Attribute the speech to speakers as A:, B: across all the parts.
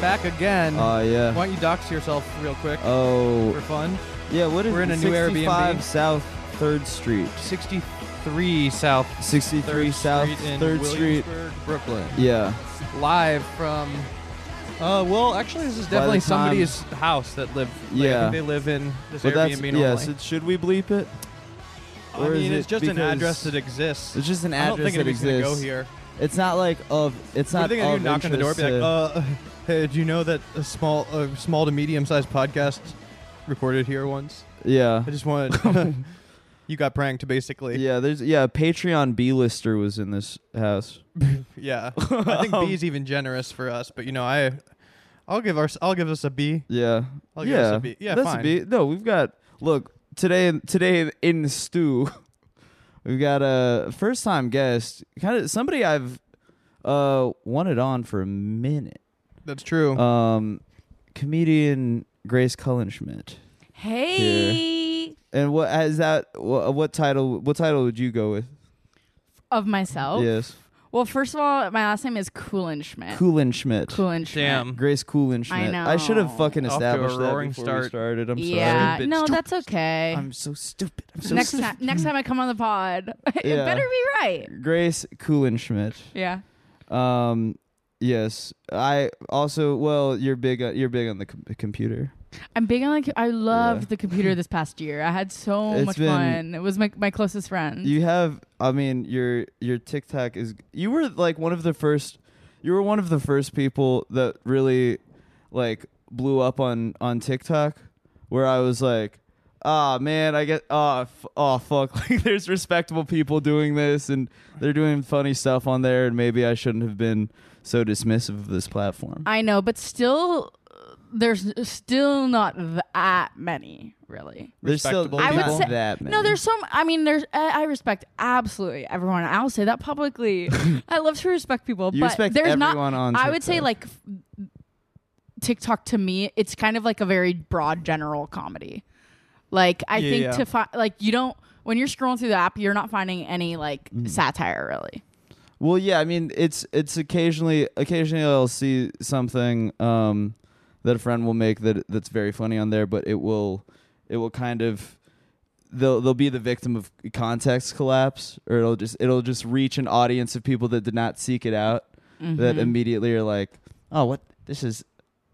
A: back again.
B: Oh yeah.
A: Why don't you dox yourself real quick for
B: Oh
A: fun?
B: yeah. What is
A: We're in a
B: it?
A: new Airbnb.
B: 65 South Third Street.
A: 63 South
B: 63
A: 3rd
B: South
A: Street in
B: Third Street.
A: Williamsburg, Brooklyn.
B: Yeah.
A: Live from. Uh, well, actually, this is
B: the
A: definitely
B: time-
A: somebody's house that lived. like, I
B: Yeah.
A: think they live in this
B: But that's
A: Airbnb normally.
B: yeah. So should we bleep it?
A: I
B: or is
A: mean, it's
B: it
A: just an
B: because-
A: address that exists.
B: It's just an
A: I don't think
B: address that
A: anybody's gonna go
B: exists.
A: here.
B: It's not like of. It's
A: What
B: not
A: are they gonna
B: of
A: do? Knock on the door,
B: interest
A: be like,
B: to-
A: "Uh, hey, do you know that a small, a small to medium-sized podcast recorded here once?
B: yeah.
A: I just wanted you got pranked, basically.
B: Yeah, there's yeah, a Patreon B lister was in this house.
A: Yeah, I think
B: Um,
A: B is even generous for us, but you know, I, I'll give our, I'll give us a B.
B: Yeah.
A: I'll give
B: yeah.
A: us a B. Yeah,
B: That's
A: fine.
B: a B. No, we've got look, today today in the stew, we've got a first time guest, kind of somebody I've uh wanted on for a minute.
A: That's true.
B: Um comedian Grace Cullen Schmidt.
C: Hey,
B: And what has that what, what title what title would you go with?
C: of myself.
B: Yes.
C: Well, first of all, my last name is Kulenschmidt.
B: Coolin Schmidt.
C: Kulenschmidt.
A: Damn.
B: Grace Coolin Schmidt. should have
C: know.
B: fucking
A: Off to a
B: established that
A: roaring
B: before we
A: start.
B: started. I'm sorry.
C: Yeah.
A: Stupid,
C: No,
B: stupid.
C: that's okay.
B: I'm so stupid. I'm so
C: next
B: stupid.
C: time, next time I come on the pod, it
B: Yeah.
C: better be right.
B: Grace Kuhlenschmidt.
C: Yeah.
B: Um, yes, I also. Well, you're big. On, you're big on the com- computer.
C: I'm big on like I loved
B: Yeah.
C: the computer this past year. I had so
B: It's
C: much
B: been-
C: fun. It was my my closest friend.
B: You have. I mean, your your TikTok is. You were like one of the first. You were one of the first people that really, like, blew up on on TikTok, where I was like. Ah man, I get ah f- oh fuck! Like there's respectable people doing this, and they're doing funny stuff on there, and maybe I shouldn't have been so dismissive of this platform.
C: I know, but still, uh, there's still not that many really.
B: There's still
A: Respectable
C: I would
B: not
C: say-
B: that many.
C: No, there's some. I mean, there's. I, I respect absolutely everyone. I'll say that publicly. I love to respect people,
B: You
C: but
B: respect
C: there's not.
B: everyone on
C: I would say
B: TikTok.
C: like f- TikTok to me, it's kind of like a very broad general comedy. Like I
A: Yeah,
C: think
A: yeah.
C: to find like you don't when you're scrolling through the app, you're not finding any like
B: Mm.
C: satire really.
B: Well, yeah, I mean, it's it's occasionally occasionally I'll see something um, that a friend will make that that's very funny on there, but it will it will kind of they'll they'll be the victim of context collapse, or it'll just it'll just reach an audience of people that did not seek it out
C: Mm-hmm.
B: that immediately are like, oh, what this is,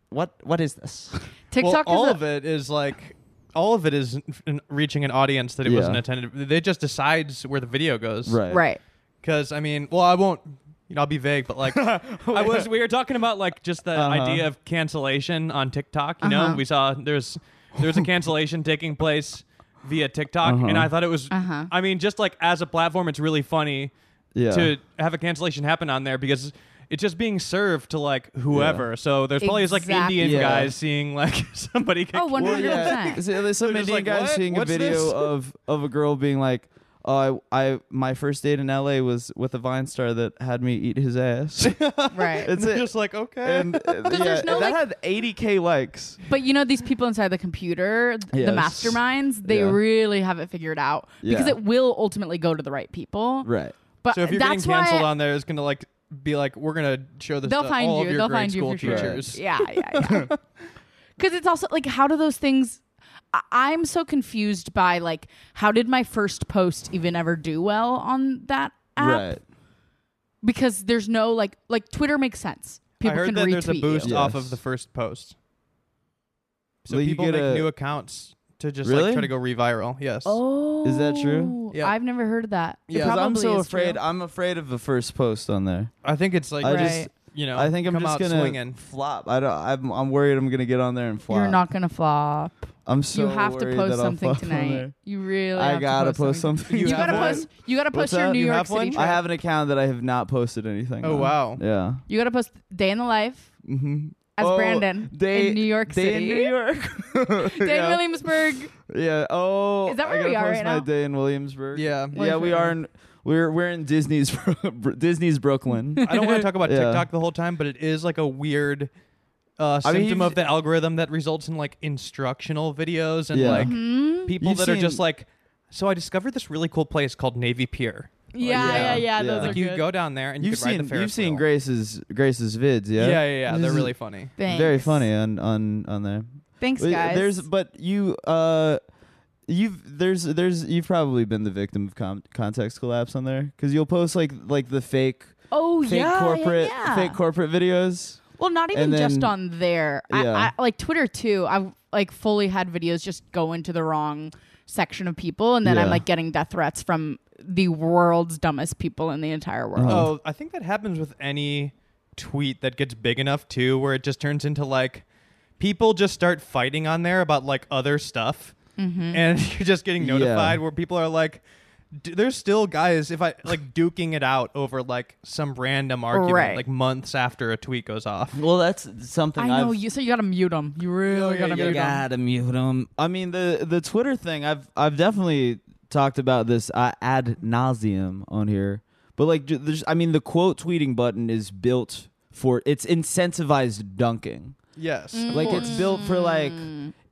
B: what what is this?
C: TikTok
A: well, all
C: is a-
A: of it is like, all of it is n- n- reaching an audience that it
B: Yeah.
A: wasn't intended. They just decides where the video goes,
C: right.
A: Because I mean, well, I won't. You know, I'll be vague, but like,
D: I was. We were talking about like just the
B: Uh-huh.
D: idea of cancellation on TikTok. You
C: Uh-huh.
D: know, we saw there's there's a cancellation taking place via TikTok, and I thought it was.
C: Uh-huh.
D: I mean, just like as a platform, it's really funny
B: Yeah.
D: to have a cancellation happen on there because it's just being served to like whoever. So there's probably these, like
C: Exactly.
D: Indian
B: Yeah.
D: guys seeing like somebody. Get
C: Oh, one
B: Well,
C: hundred
B: yeah.
C: percent.
B: So there's some
A: They're just
B: Indian
A: like,
B: guy
A: "What?
B: seeing
A: What's
B: a video
A: this?"
B: of of a girl being like, "Oh, I, I my first date in LA was with a Vine star that had me eat his ass."
C: Right.
B: It's it.
A: just like okay.
B: And uh, yeah,
C: there's no,
B: that
C: like-
B: had 80k likes.
C: But you know these people inside the computer, th- the
B: Yes.
C: masterminds, they
B: Yeah.
C: really have it figured out because
B: Yeah.
C: it will ultimately go to the right people.
B: Right.
C: But
A: so if you're getting
C: that's why
A: canceled on there, it's gonna like be like we're gonna show this
C: they'll
A: to
C: find
A: all of
C: you.
A: your
C: They'll
A: grade
C: find you
A: school
C: for sure.
A: teachers.
C: Yeah, yeah, yeah. Because it's also like, how do those things? I- I'm so confused by like, how did my first post even ever do well on that app?
B: Right.
C: Because there's no like, like Twitter makes sense. People
A: I heard
C: can
A: that
C: retweet
A: there's a boost
B: you.
A: off
B: Yes.
A: of the first post. So
B: Like, you
A: people
B: get
A: make
B: a-
A: new accounts to just
B: Really?
A: like try to go reviral. Yes.
C: you. Oh,
B: Is that true?
A: Yeah.
C: I've never heard of that. It
A: Yeah.
B: 'Cause I'm
C: probably
B: so
C: is true.
B: afraid. I'm afraid of the first post on there.
A: I think it's like
B: I
C: Right.
B: just
A: you know.
B: I think I'm
A: come
B: just
A: out
B: gonna
A: swinging.
B: flop. I don't. I'm, I'm worried I'm gonna get on there and flop.
C: You're not gonna flop.
B: I'm so
C: you have to
B: worried
C: post
B: that I'll
C: something
B: flop on there.
C: tonight. You really.
B: I
C: have
B: gotta
C: to post something.
B: something.
C: You,
A: You
C: gotta
A: have one?
C: post. You gotta post
B: What's
C: your
B: that?
C: New
B: You
C: York
A: have
C: City
A: one?
C: trip.
B: I have an account that I have not posted anything.
A: Oh
B: on.
A: wow.
B: Yeah.
C: you gotta post day in the life
B: Mm-hmm.
C: as
B: Oh,
C: Brandon
B: Day
C: in New York
B: day
C: City.
B: in New York.
C: Day
B: yeah.
C: in Williamsburg.
B: yeah. Oh.
C: Is that
B: I
C: where we
B: gotta
C: are
B: post
C: right
B: my
C: now?
B: Day in Williamsburg.
A: Yeah.
B: Yeah, we are in. We're we're in Disney's Disney's Brooklyn.
A: I don't want to talk about
B: Yeah.
A: TikTok the whole time, but it is like a weird uh,
B: I mean,
A: symptom
B: you've-
A: of the algorithm that results in like instructional videos and
B: Yeah.
A: like
C: Hmm?
A: people
B: You've
A: that are just
B: seen-
A: like. So I discovered this really cool place called Navy Pier,
C: Yeah,
B: Yeah.
C: yeah, yeah. Those
B: Yeah.
C: are
B: Like,
E: you
C: good.
E: go down there and you
B: You've
E: could ride the
B: seen
E: Ferris
B: you've seen
E: wheel.
B: Grace's Grace's vids, yeah.
A: yeah, yeah.
B: This
A: They're
B: is
A: really funny.
C: Thanks.
B: Very funny on on on there.
C: Thanks,
B: Well,
C: guys.
B: There's but you uh you've there's there's you've probably been the victim of com- context collapse on there cuz you'll post like like the fake
C: oh
B: fake
C: yeah, yeah,
B: corporate
C: yeah.
B: fake corporate videos.
C: Well, not even
B: And
C: just
B: then-
C: on there.
B: Yeah.
C: I, I like Twitter too. I've like fully had videos just go into the wrong section of people, and then I'm
B: Yeah.
C: like getting death threats from the world's dumbest people in the entire world.
B: Oh.
A: Oh, I think that happens with any tweet that gets big enough too, where it just turns into like people just start fighting on there about like other stuff,
C: Mm-hmm.
A: and you're just getting
B: Yeah.
A: notified where people are like. D- there's still guys if I like duking it out over like some random argument
C: Right.
A: like months after a tweet goes off.
B: Well, that's something
C: I know you. So you gotta mute them. You really gotta mute them.
B: mute him. I mean the the Twitter thing. I've I've definitely talked about this uh, ad nauseum on here, but like ju- there's, I mean the quote tweeting button is built for it's incentivized dunking.
A: Yes.
C: Mm.
B: Like it's built for like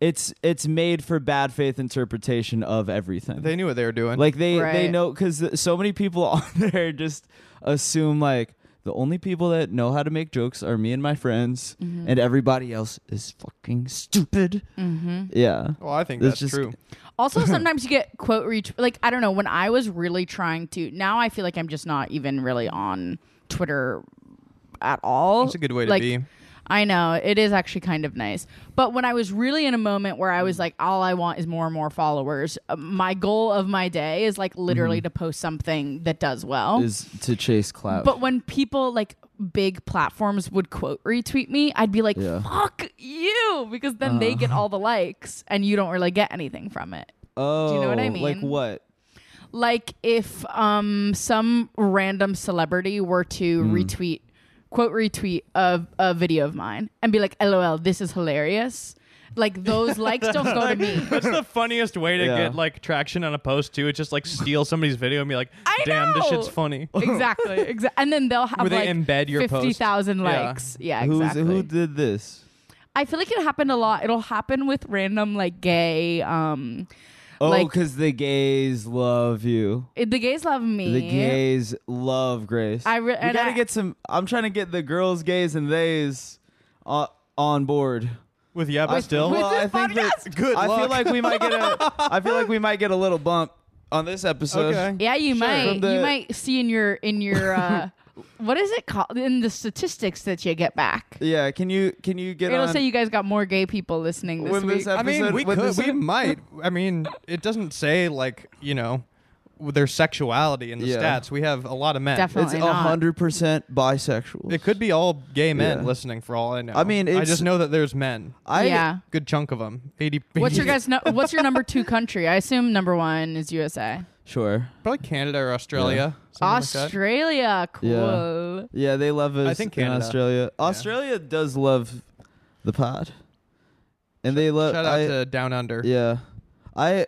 B: it's it's made for bad faith interpretation of everything.
E: They knew what they were doing.
B: Like they they
C: Right.
B: know because so many people on there just assume like the only people that know how to make jokes are me and my friends,
C: Mm-hmm.
B: and everybody else is fucking stupid.
C: Mm-hmm.
B: Yeah,
E: well, I think
B: It's
E: that's
B: just-
E: true.
C: Also, sometimes you get quote reach. Like I don't know. When I was really trying to, now I feel like I'm just not even really on Twitter at all.
E: That's a good way to
C: Like,
E: be.
C: I know it is actually kind of nice. But when I was really in a moment where I
B: Mm-hmm.
C: was like, all I want is more and more followers. uh, My goal of my day is like literally to post something that does well.
B: Mm-hmm. is to chase clout.
C: Oh. But when people like big platforms would quote retweet me, I'd be like,
B: Yeah. Uh-huh.
C: fuck you, because then they get all the likes and you don't really get anything from it.
B: oh,
C: you know what I
B: Like
C: mean?
B: what?
C: Like if um some random celebrity were to
A: Hmm.
C: retweet quote retweet a, a video of mine and be like, LOL, this is hilarious. Like those likes don't go to me.
A: That's the funniest way to
B: Yeah.
A: get like traction on a post too. It's just like steal somebody's video and be like,
C: I
A: "Damn, this
C: know!
A: shit's funny."
C: Exactly. Exactly. And then they'll have
A: Where they
C: like
A: embed your post.
C: fifty thousand
A: Yeah.
C: likes. Yeah.
B: Who's
C: exactly.
B: who did this?
C: I feel like it happened a lot. It'll happen with random like gay. Um,
B: Oh,
C: Like-
B: because the gays love you.
C: it- the gays love me.
B: The gays love Grace.
C: I re-
B: we
C: and
B: gotta
C: I-
B: get some. I'm trying to get the girls, gays, and theys on, on board.
A: With yeah, but still.
C: With
B: well,
C: this
B: I think that,
A: Good
B: I feel
A: luck.
B: like we might get a. I feel like we might get a little bump on this episode.
E: Okay.
C: Yeah, you
B: From
C: might.
B: the-
C: you might see in your in your uh, what is it called in the statistics that you get back.
B: Yeah. Can you can you get
C: It'll
B: on
C: say you guys got more gay people listening this
B: when
C: week.
B: this
E: I
B: episode?
E: mean, we
B: when
E: could,
B: this-
E: we might. I mean, it doesn't say like you know their sexuality in the
B: Yeah.
E: stats. We have a lot of men.
C: Definitely.
B: It's
C: not.
B: hundred percent bisexual.
E: It could be all gay men
B: Yeah.
E: listening, for all I know.
B: I mean,
E: I
B: it's-
E: just know that there's men.
B: I,
C: yeah.
E: Good chunk of them. Eighty.
C: What's your guys? No, what's your number two country? I assume number one is USA.
B: Sure.
E: Probably Canada or Australia. something like that.
C: Australia, cool.
B: Yeah, they love us.
E: I think
B: in
E: Canada.
B: Australia. Australia does love the pod, and they love.
E: Shout out
B: I-
E: to Down Under.
B: Yeah. I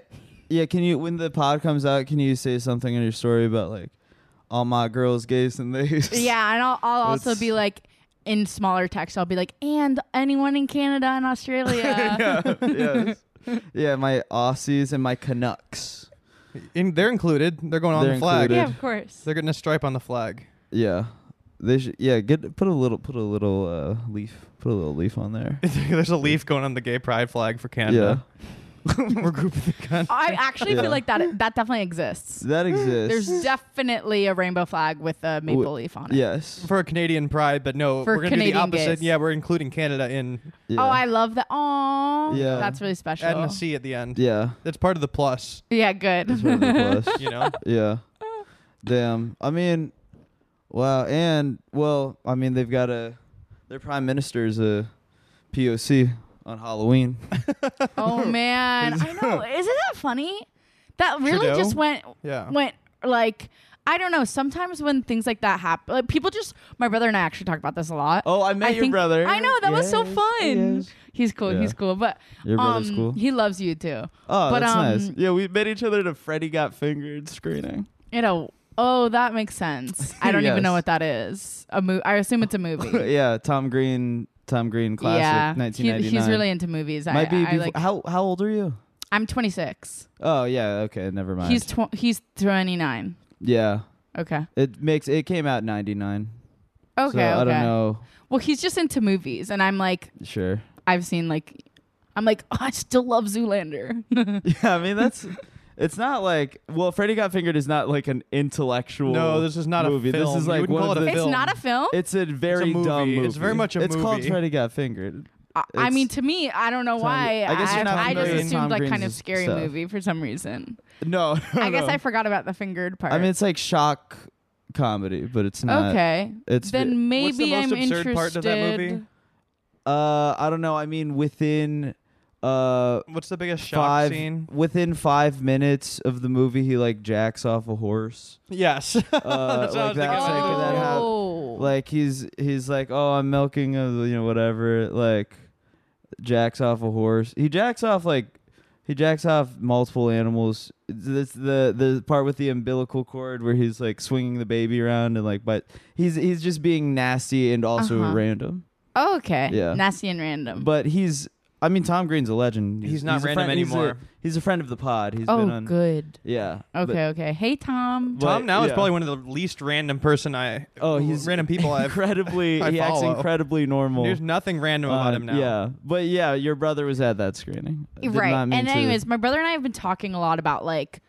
B: yeah, can you when the pod comes out, can you say something in your story about like all my girls gays and these?
C: Yeah, and I'll, I'll also
B: It's-
C: be like in smaller text. I'll be like, and anyone in Canada and Australia.
B: yes. Yeah, my Aussies and my Canucks.
E: In, they're included. They're going on
B: They're
E: the flag.
B: included.
C: Yeah, of course.
E: They're getting a stripe on the flag.
B: Yeah. They should yeah, get put a little put a little uh leaf. Put a little leaf on there.
A: There's a leaf going on the gay pride flag for
B: yeah.
A: Canada. We're group of the country.
C: I actually
B: Yeah.
C: feel like that that definitely exists.
B: That exists.
C: There's definitely a rainbow flag with a maple
B: Wi-
C: leaf on it.
B: Yes.
E: for a Canadian pride, but no,
C: For
E: we're gonna do
C: Canadian
E: the opposite.
C: gays.
E: Yeah, we're including Canada in
B: Yeah.
C: Oh, I love that. Oh,
B: Yeah.
C: that's really special.
E: adding a C at the end.
B: Yeah.
E: That's part of the plus.
C: Yeah,
B: That's
C: good.
B: one of the plus.
A: You know,
B: Yeah. Damn. I mean, wow. And well, I mean, they've got a their prime minister's a POC on Halloween.
C: oh man, I know. Isn't that funny? That really
E: Trudeau?
C: just went
E: Yeah.
C: went like I don't know. Sometimes when things like that happen, like, people just. My brother and I actually talk about this a lot.
B: Oh, I met your
C: think-
B: brother.
C: I know that was so
B: Yes,
C: fun.
B: yes.
C: He's cool.
B: Yeah.
C: He's cool. But
B: Your brother's
C: um,
B: cool.
C: He loves you too.
B: Oh,
C: But,
B: that's nice.
C: um,
B: Yeah, we met each other at a Freddy Got Fingered screening.
C: You know. Oh, that makes sense. I don't even know
B: Yes.
C: what that is. A movie. I assume it's a movie.
B: yeah, Tom Green, Tom Green classic,
C: yeah. He,
B: 1999.
C: he's really into movies. I,
B: might be.
C: I,
B: before,
C: like.
B: how how old are you?
C: I'm 26.
B: Oh yeah, okay, never mind.
C: He's tw- he's 29.
B: yeah,
C: Okay.
B: It makes it came out in '99.
C: Okay.
B: so
C: okay.
B: I don't know.
C: Well, he's just into movies, and I'm like,
B: Sure.
C: I've seen like, I'm like, oh, I still love Zoolander.
B: yeah, I mean that's. It's not like well, Freddy Got Fingered is not like an intellectual.
A: No, this is not a
B: movie.
A: film.
B: This is
A: You
B: like
A: wouldn't
B: one
A: call
B: of
A: it a
B: the,
C: it's
A: film.
C: not a film.
B: It's a very
A: movie.
B: dumb movie.
A: It's very much a
B: It's called
A: movie.
B: Freddy Got Fingered.
C: I, I
B: it's-
C: mean, to me, I don't know
B: Tom-
C: why.
B: I guess you're
C: I,
B: not
C: I just
A: familiar with
C: assumed
B: Tom
C: like kind of
B: Green's
C: scary
B: stuff.
C: movie for some reason.
B: No,
C: I guess I forgot about the fingered part.
B: I mean, it's like shock comedy, but it's not.
C: okay.
B: It's
C: then maybe
A: What's the most
C: I'm
A: absurd
C: interested.
A: part of that movie?
B: Uh, I don't know. I mean, within uh
A: What's the biggest shock
B: five
A: scene?
B: within five minutes of the movie, he like jacks off a horse.
A: Yes.
B: Uh,
A: That's what I
B: like
A: was thinking.
B: that kind of- that hap-
C: Oh.
B: like he's he's like, oh, I'm milking a you know whatever. Like jacks off a horse. He jacks off like he jacks off multiple animals. That's the the part with the umbilical cord where he's like swinging the baby around and like, but he's he's just being nasty and also
C: Uh-huh.
B: random.
C: Oh, okay.
B: Yeah.
C: Nasty and random.
B: But he's I mean Tom Green's a legend.
A: He's not
B: a
A: random
B: friend- he's a-
A: anymore.
B: He's a, friend of the pod. He's
C: oh,
B: been on
C: good.
B: Yeah.
C: Okay,
B: but-
C: okay. Hey, Tom.
B: but-
A: Tom now is
B: yeah.
A: probably one of the least random person I.
B: Oh, he's
A: random people I've.
B: incredibly
A: I
B: he acts
A: follow.
B: incredibly normal.
A: There's nothing random about
B: Uh,
A: him now.
B: Yeah, but yeah, your brother was at that screening, I did
C: right.
B: not
C: And
B: mean to-
C: anyways, my brother and I have been talking a lot about like,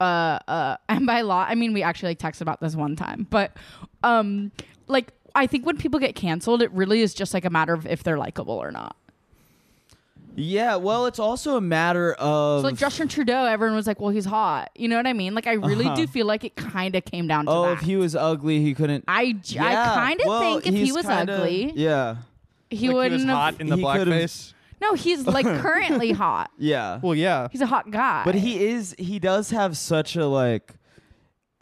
C: uh, uh, and by law, I mean we actually like texted about this one time, but um, like I think when people get canceled, it really is just like a matter of if they're likable or not.
B: yeah. Well, it's also a matter of
C: So like Justin Trudeau, everyone was like, "Well, he's hot," you know what I mean? Like I really do feel like it kind of came down to
B: Uh-huh. oh,
C: that.
B: if he was ugly, he couldn't.
C: I, j-
B: Yeah,
C: I kind of
B: well,
C: think if he
B: he's
C: was
B: kinda-
C: ugly,
B: Yeah,
C: he
A: Like he
C: wouldn't
A: was
C: have-
A: hot in the
B: he could've-
A: blackface.
C: No, he's like currently hot.
B: yeah.
A: Well, yeah.
C: He's a hot guy.
B: but he is. He does have such a like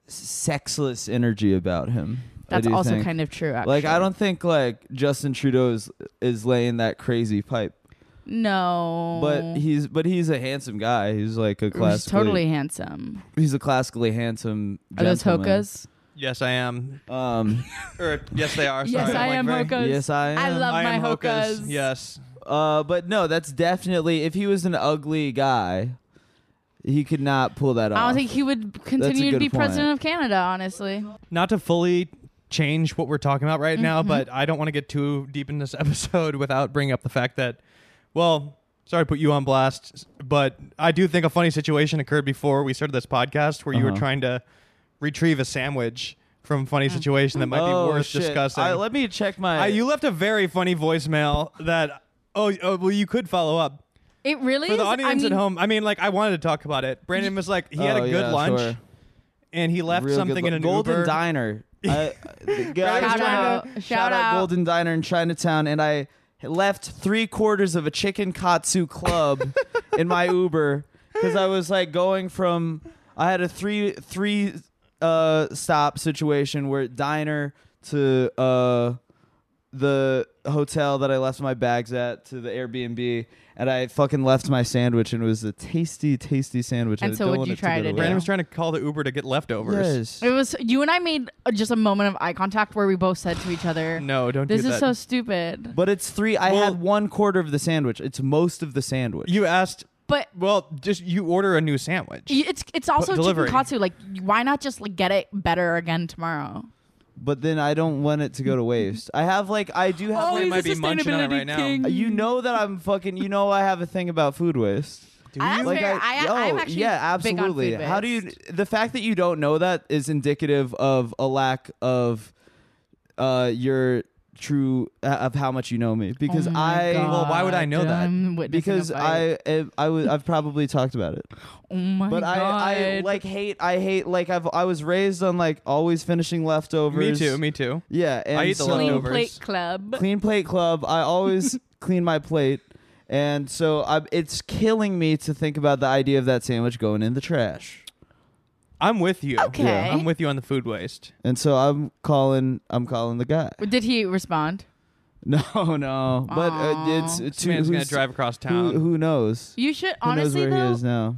B: sexless energy about him.
C: That's also kind of true. Actually.
B: like I don't think like Justin Trudeau is is laying that crazy pipe,
C: No.
B: but he's but he's a handsome guy. He's like a
C: he's
B: classically
C: Mm, totally handsome.
B: he's a classically handsome.
C: Are those
B: gentleman.
C: hokas?
A: Yes, I am.
B: Um,
A: Or yes, they are.
C: Yes,
A: Sorry,
C: I
A: I'm, like,
C: am
A: very-
C: hokas.
B: yes, I am.
C: I love
A: I am
C: my
A: hokas.
C: hokas.
A: Yes.
B: Uh, but no, that's definitely if he was an ugly guy, he could not pull that off.
C: I don't think he would continue to
B: good
C: be
B: point.
C: president of Canada. Honestly,
A: Not to fully change what we're talking about right now,
C: Mm-hmm.
A: but I don't want to get too deep in this episode without bringing up the fact that, well, sorry to put you on blast, but I do think a funny situation occurred before we started this podcast where you were
B: Uh-huh.
A: trying to retrieve a sandwich from a
C: Uh.
A: funny situation that might
B: oh,
A: be worth
B: shit.
A: discussing.
B: I, let me check my.
A: I- you left a very funny voicemail that, oh, oh well, you could follow up.
C: it really
A: For the
C: is.
A: audience
C: I mean,
A: at home, I mean, like, I wanted to talk about it. Brandon was like, he had
B: Oh,
A: a good
B: yeah,
A: lunch
B: sure.
A: and he left
B: Real
A: something
B: good,
A: in an
B: Golden
A: Uber.
B: Diner. I, the guy-
C: Shout out.
B: shout,
C: Shout
B: out
C: out.
B: Golden Diner in Chinatown, and I left three quarters of a chicken katsu club in my Uber because I was like going from I had a three three uh stop situation where diner to uh the hotel that I left my bags at to the Airbnb and I fucking left my sandwich and it was a tasty tasty sandwich
C: And
B: I
C: so
B: don't
C: what'd
B: want
C: you
B: it
C: try
B: go
C: to do?
A: Brandon
B: waste.
A: was trying to call the Uber to get leftovers.
B: Yes.
C: it was you and I made uh, just a moment of eye contact where we both said to each other,
A: No, don't
C: "This
A: do
C: is
A: that.
C: so stupid."
B: But it's three. I
A: Well-
B: had one quarter of the sandwich. It's most of the sandwich.
A: you asked,
C: But
A: well, just you order a new sandwich.
C: y- it's it's also chicken
A: delivery.
C: katsu. Like, why not just like get it better again tomorrow?
B: but then I don't want it to go to waste. I have like I do
A: Oh,
B: have. like,
A: he's might a be munching on it right now. Uh, king.
B: you know that I'm fucking. You know I have a thing about food waste.
A: Do
C: I-
A: you?
C: That's
B: Like
C: fair.
B: I,
C: I-
B: oh,
C: I'm actually
B: yeah,
C: big on
B: absolutely.
C: food
B: How do you? The fact that you don't know that is indicative of a lack of, uh, your true uh, of how much you know me because
C: Oh my
B: I.
C: God,
A: Well, why would I know that?
C: I'm witnessing
B: because
C: a fight.
B: I, I, I was, I've probably talked about it.
C: oh my
B: But
C: god,
B: I, I like hate I hate like I've I was raised on like always finishing
A: Me
B: leftovers.
A: too, me too.
B: Yeah, and
A: I eat the
B: so-
C: clean
A: leftovers.
C: plate club.
B: Clean plate club. I always clean my plate, and so I, it's killing me to think about the idea of that sandwich going in the trash.
A: I'm with you.
C: Okay. Yeah.
A: I'm with you on the food waste.
B: And so I'm calling I'm calling the guy.
C: Did he respond?
B: No, no, but uh,
C: Aw.
B: it's
A: This man's gonna
B: who's-
A: drive across
B: Who,
A: town.
B: who knows?
C: You should
B: who knows
C: honestly
B: where he
C: though.
B: is now?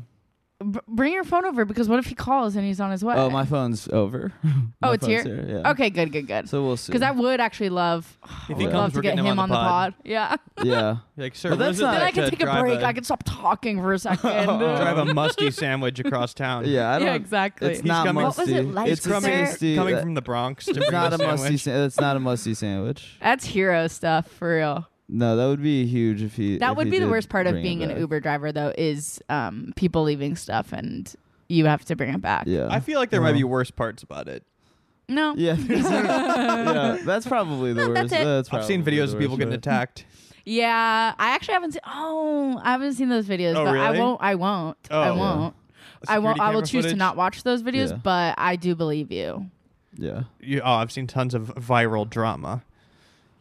C: b- bring your phone over because what if he calls and he's on his way?
B: Oh, my phone's over. My
C: Oh, it's here?
B: phone's Yeah.
C: Okay, good, good, good.
B: So we'll see.
C: Because I would actually love,
A: If
B: he
C: would
B: comes,
C: love
A: we're
C: to get
A: getting
C: him on the pod. Yeah.
B: yeah.
A: Like, sir,
B: Well,
A: when's
B: that's
A: it
B: not-
C: then I
A: like
C: can
A: to
C: take a
A: drive
C: break.
A: A,
C: I can stop talking for a second.
A: drive a musty sandwich across town.
B: Yeah. I don't.
C: yeah, exactly.
B: It's not
A: coming-
B: musty.
A: What
C: was it like,
B: it's
C: sir?
B: tasty.
A: coming
B: That-
A: from the Bronx. To
B: It's
A: bring
B: not a musty.
A: sandwich.
B: Sa- it's not a musty sandwich.
C: That's hero stuff for real.
B: No, that would be huge if he.
C: That
B: if
C: would
B: he
C: be the
B: did
C: worst part of
B: bring it
C: being an
B: back.
C: Uber driver, though, is um, people leaving stuff and you have to bring it back.
B: Yeah.
A: I feel like there might
B: Well.
A: be worse parts about it.
C: No.
B: Yeah, there's- yeah, that's probably the
C: No,
B: worst.
C: that's it.
A: I've seen
B: probably
A: videos
B: the
A: of people
B: worst
A: getting
B: way.
A: attacked.
C: Yeah, I actually haven't seen. Oh, I haven't seen those videos.
A: Oh,
C: but I
A: really?
C: won't. I won't. I
A: Oh.
C: won't. I
A: Security
C: won't. I will
A: camera
C: choose to
A: footage?
C: not watch those videos.
B: Yeah.
C: But I do believe you.
B: Yeah,
A: You, oh, I've seen tons of viral drama.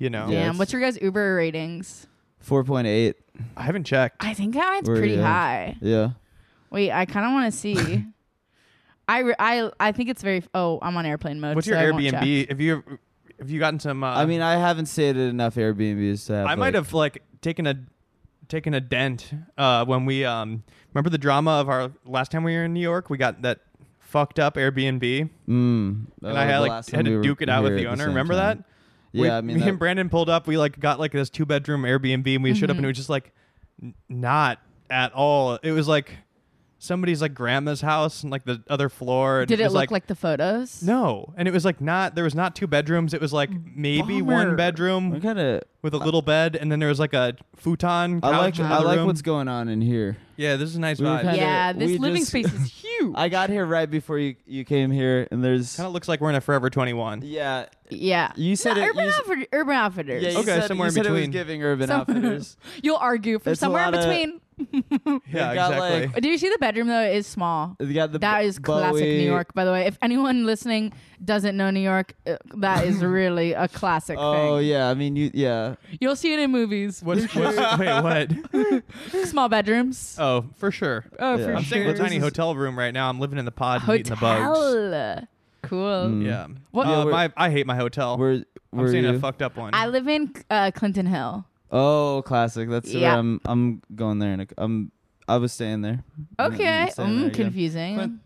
A: You know,
C: Damn.
B: Yeah, it's-
C: What's your guys' Uber ratings?
B: four point eight.
A: I haven't checked.
C: I think mine's
B: Where are
C: pretty
B: you at?
C: high.
B: Yeah,
C: Wait, I kind of want to see. I, re- I I think it's very. Oh, I'm on airplane mode.
A: What's
C: so
A: your
C: I won't check.
A: Airbnb? Have you have you gotten some? Uh,
B: I mean, I haven't stayed at enough Airbnbs to have.
A: I
B: like-
A: might have like taken a taken a dent uh, when we um remember the drama of our last time we were in New York. We got that fucked up Airbnb,
B: Mm,
A: and I had like had to duke it out with the owner. Remember that?
B: Yeah,
A: We-
B: I mean,
A: me
B: that-
A: and Brandon pulled up. We like got like this two bedroom Airbnb, and we showed up, and it was just like n- not at all. It was like somebody's like grandma's house, and like the other floor. And
C: Did it,
A: was,
C: look like, the photos?
A: no? And it was like not. There was not two bedrooms. It was like maybe
C: Bummer.
A: one bedroom
B: What kind of?
A: with a little bed, and then there was like a futon.
B: I like
A: couch in
B: I
A: the
B: like
A: room.
B: what's going on in here.
A: Yeah, this is a nice
B: We were
A: vibe.
B: kinda-
C: Yeah, this
B: we
C: living
B: just-
C: space is huge.
B: I got here right before you you came here, and there's
A: Kind of looks like we're in a Forever 21.
B: yeah.
C: yeah.
B: You said
C: No,
B: it-
C: Urban,
B: you s-
C: Outfit- Urban Outfitters.
B: Yeah, you
A: Okay,
B: said,
A: somewhere
B: you
A: in
B: said it was
A: between.
B: giving Urban
C: Some-
B: Outfitters.
C: You'll argue for
B: It's a
C: somewhere in
B: lot of-
C: between.
A: Yeah,
B: We got,
A: exactly.
B: like-
C: Do you see the bedroom though? It is small.
B: They got the
C: That
B: B-
C: is classic New
B: Bowie-
C: York, by the way. If anyone listening doesn't know New York, uh, that is really a classic
B: Oh
C: thing.
B: yeah, I mean you yeah.
C: You'll see it in movies.
A: what's, what's, wait, what?
C: Small bedrooms.
A: Oh, for sure.
C: oh,
B: yeah.
C: for sure.
A: I'm staying in a tiny
B: This is-
A: hotel room right now. I'm living in the pod, and eating the bugs.
C: Hotel. Cool.
B: Mm.
A: Yeah.
C: Mm-hmm. What-
B: Yeah,
A: Uh,
B: we're-
A: my, I hate my hotel.
B: Where were
A: I'm seeing
B: you?
A: a fucked up one.
C: I live in uh, Clinton Hill.
B: Oh, classic. That's
C: Yeah.
B: where I'm. I'm going there. In a, I'm. I was staying there. I'm- I'm
C: Okay.
B: staying there
C: Mm,
B: again.
C: confusing.
B: Clint-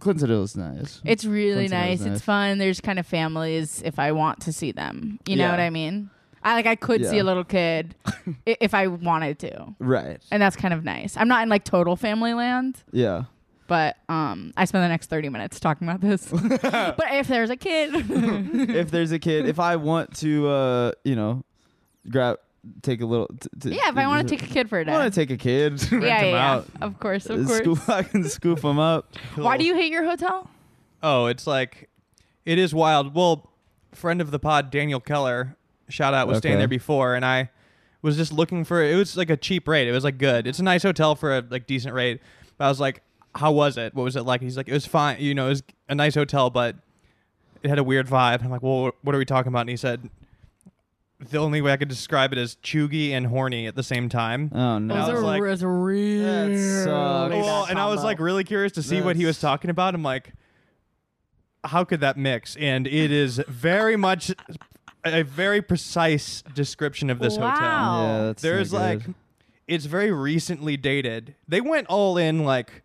B: Clinton Hill is nice.
C: It's really
B: Clinton Hill
C: nice.
B: is
C: It's
B: nice.
C: fun. There's kind of families if I want to see them. You know
B: Yeah.
C: what I mean? I like I could see
B: Yeah.
C: a little kid i- if I wanted to.
B: right.
C: And that's kind of nice. I'm not in like total family land.
B: Yeah.
C: but um, I spent the next 30 minutes talking about this. but if there's a kid,
B: if there's a kid, if I want to, uh, you know, grab, take a little. T- t-
C: yeah, if I want to take a kid for a
B: I
C: day,
B: want to take a kid.
C: yeah, yeah,
A: them
C: yeah.
A: out.
C: of course, of course.
B: Scoop, I can scoop them up.
C: Why do you hate your hotel?
A: Oh, it's like, it is wild. Well, friend of the pod, Daniel Keller, shout out, was staying
B: Okay.
A: there before, and I was just looking for. It was like a cheap rate. It was like good. It's a nice hotel for a like decent rate. But I was like, how was it? What was it like? He's like, it was fine. You know, it was a nice hotel, but it had a weird vibe. I'm like, well, wh- what are we talking about? And he said. The only way I could describe it is choogy and horny at the same time.
B: Oh no.
A: Those I was are- like-
C: real.
B: That sucks. Like
A: Well, Oh, and I was like really curious to see what he was
B: That's-
A: talking about. I'm like, how could that mix? And it is very much a very precise description of this hotel.
C: Wow.
B: yeah, that's
A: There's
B: not
A: like,
B: good.
A: it's very recently dated. They went all in like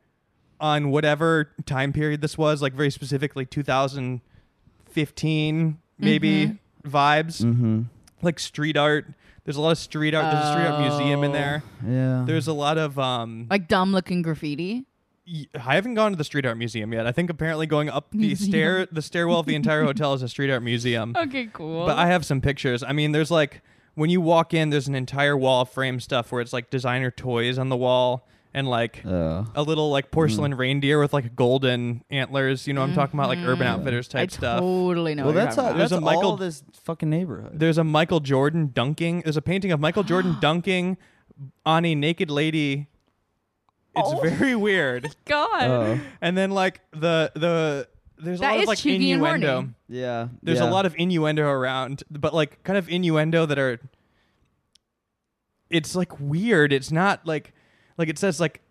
A: on whatever time period this was, like very specifically 2015, maybe
C: Mm-hmm.
A: vibes,
B: Mhm.
A: like street art. There's a lot of street art. There's a street art museum in
C: Oh.
A: there.
B: Yeah.
A: There's a lot of um,
C: like dumb looking graffiti.
A: Y- I haven't gone to the street art museum yet. I think apparently going up the stair, the stairwell of the entire hotel is a street art museum.
C: Okay, cool.
A: But I have some pictures. I mean, there's like when you walk in, there's an entire wall of frame stuff where it's like designer toys on the wall and like
B: Uh,
A: a little like porcelain reindeer with like golden antlers. You know, what I'm talking about like Urban Outfitters
C: Uh-huh. I
A: type stuff.
C: totally know.
B: well,
C: what you're
B: that's
C: talking
B: all,
C: about.
A: There's
B: that's
A: a Michael-
B: all this fucking neighborhood.
A: There's a Michael Jordan dunking. There's a painting of Michael Jordan dunking on a naked lady. It's
C: Oh.
A: very weird.
C: God.
B: Oh,
A: And then like the the there's a
C: That
A: lot
C: is
A: of like
C: cheeky and horny.
A: innuendo.
B: yeah.
A: There's
B: yeah.
A: a lot of innuendo around, but like kind of innuendo that are it's like weird. It's not like like it says like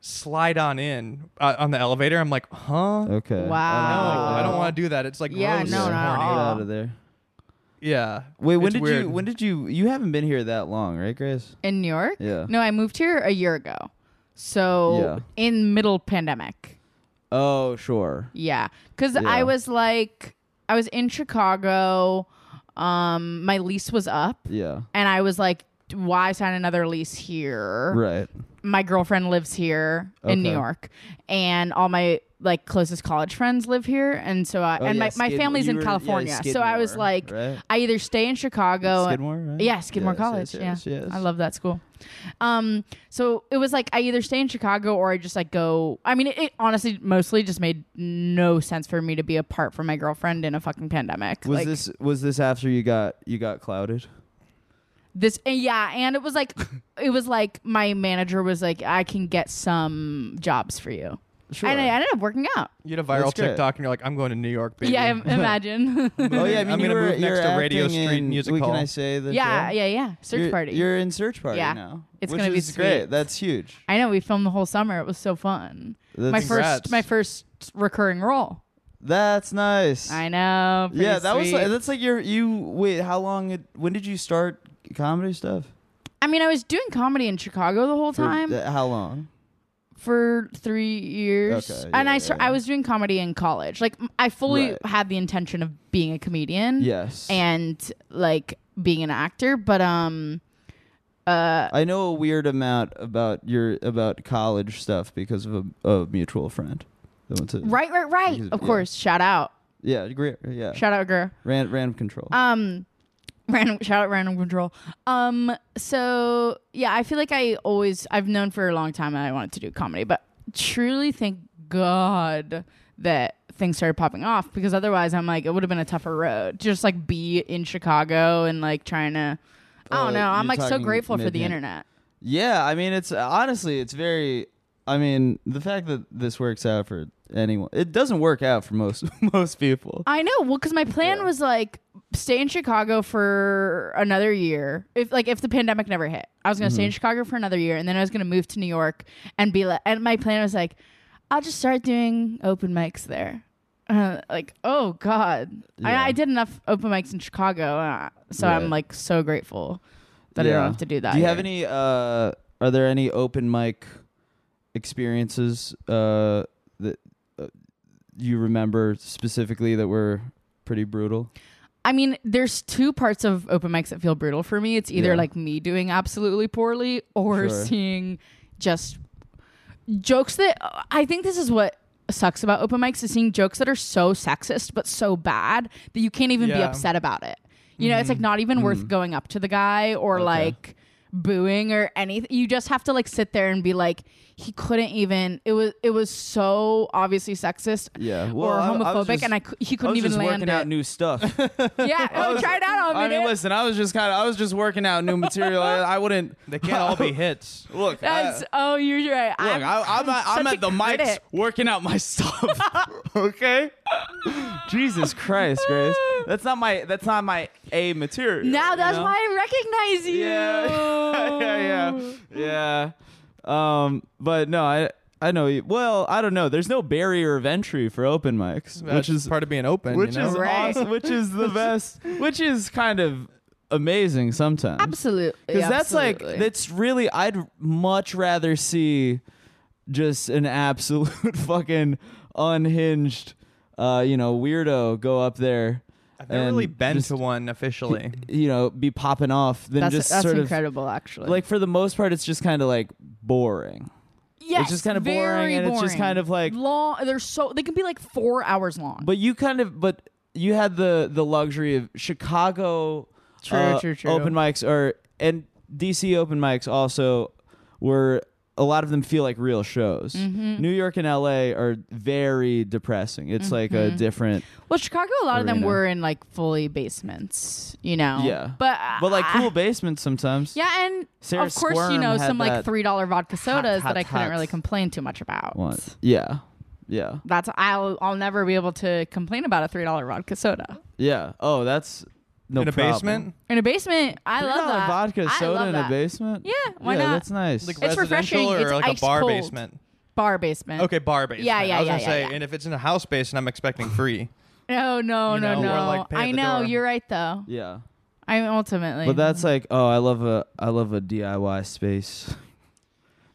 A: slide on in uh, on the elevator. I'm like, huh?
B: Okay.
A: No,
C: Wow.
A: I don't want to do that. It's like
C: Yeah,
A: gross
C: no,
A: and
C: not at
A: horny.
C: all.
B: out of there.
A: Yeah.
B: Wait, when
A: It's
B: did
A: weird.
B: you? When did you? You haven't been here that long, right, Grace?
C: In New York?
B: Yeah.
C: No, I moved here a year ago. So in middle pandemic.
B: Oh, sure.
C: Yeah. Cuz
B: Yeah.
C: I was like I was in Chicago. Um my lease was up
B: Yeah.
C: and I was like why sign another lease here?
B: Right.
C: my girlfriend lives here in New
B: Okay.
C: York, and all my like closest college friends live here, and so I
B: Oh,
C: and
B: yeah,
C: my, my
B: Skid-
C: family's
B: you
C: in
B: were- yeah,
C: California, so I was
B: Skidmore,
C: like,
B: right?
C: I either stay in Chicago,
B: Skidmore, right?
C: yeah, Skidmore
B: Mm-hmm. Yes, yes,
C: College,
B: yes,
C: yeah,
B: yes.
C: I love that school. Um, so it was like I either stay in Chicago or I just like go. I mean, it, it honestly mostly just made no sense for me to be apart from my girlfriend in a fucking pandemic.
B: Was
C: like,
B: this was this after you got you got clouded?
C: this and yeah and it was like it was like my manager was like i can get some jobs for you
B: Sure.
C: and i ended up working out
A: You had a viral
B: That's good.
A: TikTok and you're like, I'm going to New York, baby.
C: yeah im- imagine
B: oh yeah, I mean
A: I'm
B: you
A: gonna
B: were,
A: move next
B: you're
A: to Radio
B: acting
A: Street
B: in,
A: Music
B: wait,
A: Hall.
B: Can I say the
C: yeah
B: show?
C: yeah yeah search
B: You're-
C: party
B: You're in search party
C: Yeah.
B: now.
C: It's
B: which
C: gonna be
B: is great.
C: sweet.
B: That's huge.
C: i know we filmed the whole summer it was so fun
B: That's,
C: my
A: Congrats.
C: first my first recurring role
B: That's nice.
C: i know pretty
B: yeah, that was
C: sweet.
B: like, that's like your you wait. How long? It, when did you start comedy stuff?
C: i mean i was doing comedy in chicago the whole
B: For
C: time
B: th- how long?
C: for three years,
B: Okay,
C: and
B: yeah,
C: I start-
B: yeah.
C: I was doing comedy in college. Like m- I fully
B: Right.
C: had the intention of being a comedian,
B: Yes.
C: Mm-hmm. and like being an actor, but um, uh,
B: I know a weird amount about your about college stuff because of a, a mutual friend. That went to,
C: right, right, right.
B: Because-
C: Of
B: yeah.
C: course, shout out,
B: Yeah. Great. Yeah.
C: shout out, girl.
B: Ran, random control.
C: Um, random shout out, random control. Um, so yeah, I feel like I always I've known for a long time that I wanted to do comedy, but truly thank God that things started popping off because otherwise I'm like it would have been a tougher road. Just like be in Chicago and like trying to. I
B: Uh,
C: don't know. I'm
B: you're
C: like so
B: talking
C: grateful for the
B: mid-hand-
C: internet.
B: Yeah, I mean, it's honestly, it's very. I mean, the fact that this works out for anyone, it doesn't work out for most most people.
C: I know. Well, because my plan
B: Yeah.
C: was like stay in Chicago for another year. If like if the pandemic never hit, I was gonna
B: Mm-hmm.
C: stay in Chicago for another year, and then I was gonna move to New York and be like. And my plan was like, I'll just start doing open mics there. Uh, like, oh god,
B: Yeah.
C: I, I did enough open mics in Chicago, uh, so
B: Right.
C: I'm like so grateful that I
B: Yeah.
C: don't have to do that.
B: Do you have
C: here.
B: any? Uh, are there any open mic experiences uh, that uh, you remember specifically that were pretty brutal?
C: I mean, there's two parts of open mics that feel brutal for me. It's either
B: Yeah.
C: like me doing absolutely poorly or
B: Sure.
C: seeing just jokes that I think this is what sucks about open mics is seeing jokes that are so sexist but so bad that you can't even be
A: Yeah.
C: upset about it. You know, it's
B: Mm-hmm.
C: like not even worth going up to the guy or like booing or anything. You just have to like sit there and be like he couldn't even it was it was so obviously sexist
B: Yeah,
C: or homophobic and I cou- he couldn't even
B: just
C: land
B: working
C: it.
B: out new stuff.
C: yeah, oh, try it out on me.
B: I mean,
C: dude.
B: listen, I was just kind of, I was just working out new material. I, I wouldn't
A: They can't all be hits.
B: look. I-
C: That's oh, you're right.
B: Look,
C: I'm,
B: I, I'm, at- I'm
C: such
B: at
C: a
B: the mics
C: critic.
B: working out my stuff. okay. Jesus Christ, Grace. That's not my. That's not my A material.
C: now
B: you
C: that's
B: know?
C: why I recognize you.
B: Yeah. yeah. Yeah. Yeah. Um. But no, I. I know. You, well, I don't know. There's no barrier of entry for open mics,
A: That's
B: which is
A: part of being open.
B: which
A: you know?
B: is
C: Right.
B: awesome, which is the best, which is kind of amazing sometimes.
C: Absolutely.
B: Because that's like that's really I'd much rather see just an absolute fucking unhinged uh, you know, weirdo go up there.
A: I've never
B: and
A: really been
B: just,
A: to one officially.
B: you know, be popping off than
C: that's,
B: just
C: that's
B: sort
C: incredible, actually.
B: of like for the most part it's just kinda like boring.
C: yes,
B: just kinda boring,
C: very
B: and it's just
C: boring.
B: kind of like-
C: long. They're so they can be like four hours long.
B: But you kind of but you had the the luxury of Chicago
C: True,
B: uh,
C: true, true.
B: open mics or and DC open mics also were a lot of them feel like real shows.
C: Mm-hmm.
B: New York and LA are very depressing. It's like
C: Mm-hmm.
B: a different
C: well, Chicago, a lot of them
B: Arena.
C: were in like fully basements, you know.
B: yeah.
C: but
B: but like
C: I-
B: cool basements sometimes.
C: Ah. Yeah, and
B: Sarah
C: of course, you
B: Squirm
C: know
B: had
C: some
B: that
C: like three dollar vodka sodas
B: hot,
C: that I couldn't
B: hot
C: really complain too much about.
B: One. Yeah. Yeah.
C: That's I'll I'll never be able to complain about a three dollar vodka soda.
B: Yeah. Oh, that's no
A: in a
B: problem.
A: basement?
C: In a basement, I
B: $3
C: love that.
B: vodka
C: I
B: soda
C: love
B: in a
C: that.
B: basement?
C: Yeah, why
B: yeah,
C: not?
B: That's nice.
A: Like
C: It's
A: residential
C: refreshing.
A: or
C: It's
A: like
C: ice
A: a bar
C: cold.
A: basement?
C: Bar basement.
A: Okay, bar basement.
C: Yeah, yeah,
A: I was
C: yeah,
A: gonna
C: yeah,
A: say,
C: yeah.
A: and if it's in a house basement, I'm expecting free.
C: No, no,
A: You
C: no,
A: know,
C: no.
A: we're, like, pay at
C: I
A: the
C: know
A: door.
C: you're right though.
B: yeah.
C: I'm ultimately.
B: But that's like, oh, I love a I love a DIY space.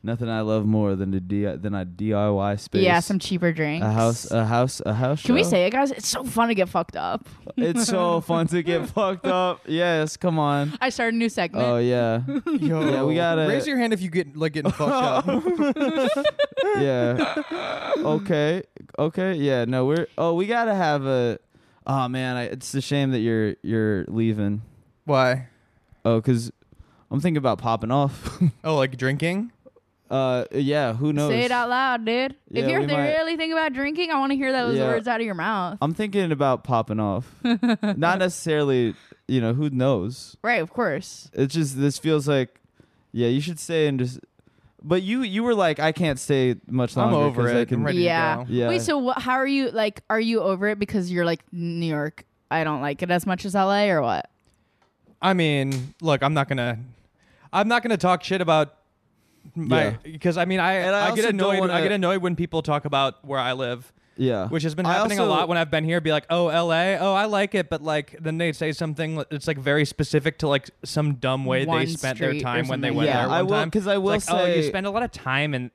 B: Nothing I love more than a D- than a DIY space.
C: Yeah, some cheaper drinks.
B: a house, uh, a house, a house.
C: Can we
B: show.
C: say it, guys? It's so fun to get fucked up.
B: it's so fun to get fucked up? Yes, come on.
C: I started a new segment.
B: Oh yeah,
A: Yo,
B: Yeah, we gotta-
A: raise your hand if you get like getting fucked up.
B: yeah. Okay, okay, yeah. No, we're. Oh, we gotta have a. Oh man, I, it's a shame that you're you're leaving.
A: Why?
B: Oh, cause I'm thinking about popping off.
A: Oh, like drinking?
B: uh, yeah. Who knows?
C: Say it out loud, dude.
B: Yeah,
C: if you're
B: we
C: th-
B: might-
C: really thinking about drinking, I want to hear those
B: Yeah. Um,
C: words out of your mouth.
B: I'm thinking about popping off. Not necessarily, you know, who knows.
C: right, of course.
B: It's just this feels like, yeah, you should stay and just. But you you were like, I can't stay much
A: I'm
B: longer.
A: over
B: 'cause I
A: it.
B: can-
A: I'm ready
C: Yeah.
A: to go.
B: Yeah.
C: Wait, so what, how are you? Like, are you over it because you're like New York? I don't like it as much as LA, or what?
A: I mean, look, I'm not gonna, I'm not gonna talk shit about my
B: Yeah.
A: because I mean I
B: And I
A: I, get
B: also don't
A: annoyed
B: wanna-
A: I get annoyed when people talk about where I live.
B: yeah,
A: which has been
B: I
A: happening
B: also-
A: a lot when I've been here. Be like, oh, L.A., oh, I like it, but like then they say something li- it's like very specific to like some dumb way
C: One
A: they spent
C: street
A: their
C: or
A: time when they
C: something.
A: went
B: Yeah,
A: there.
B: I
A: one
B: will-
A: time.
B: 'cause I
A: It's
B: will
A: like, oh, you
B: say-
A: spend a lot of time in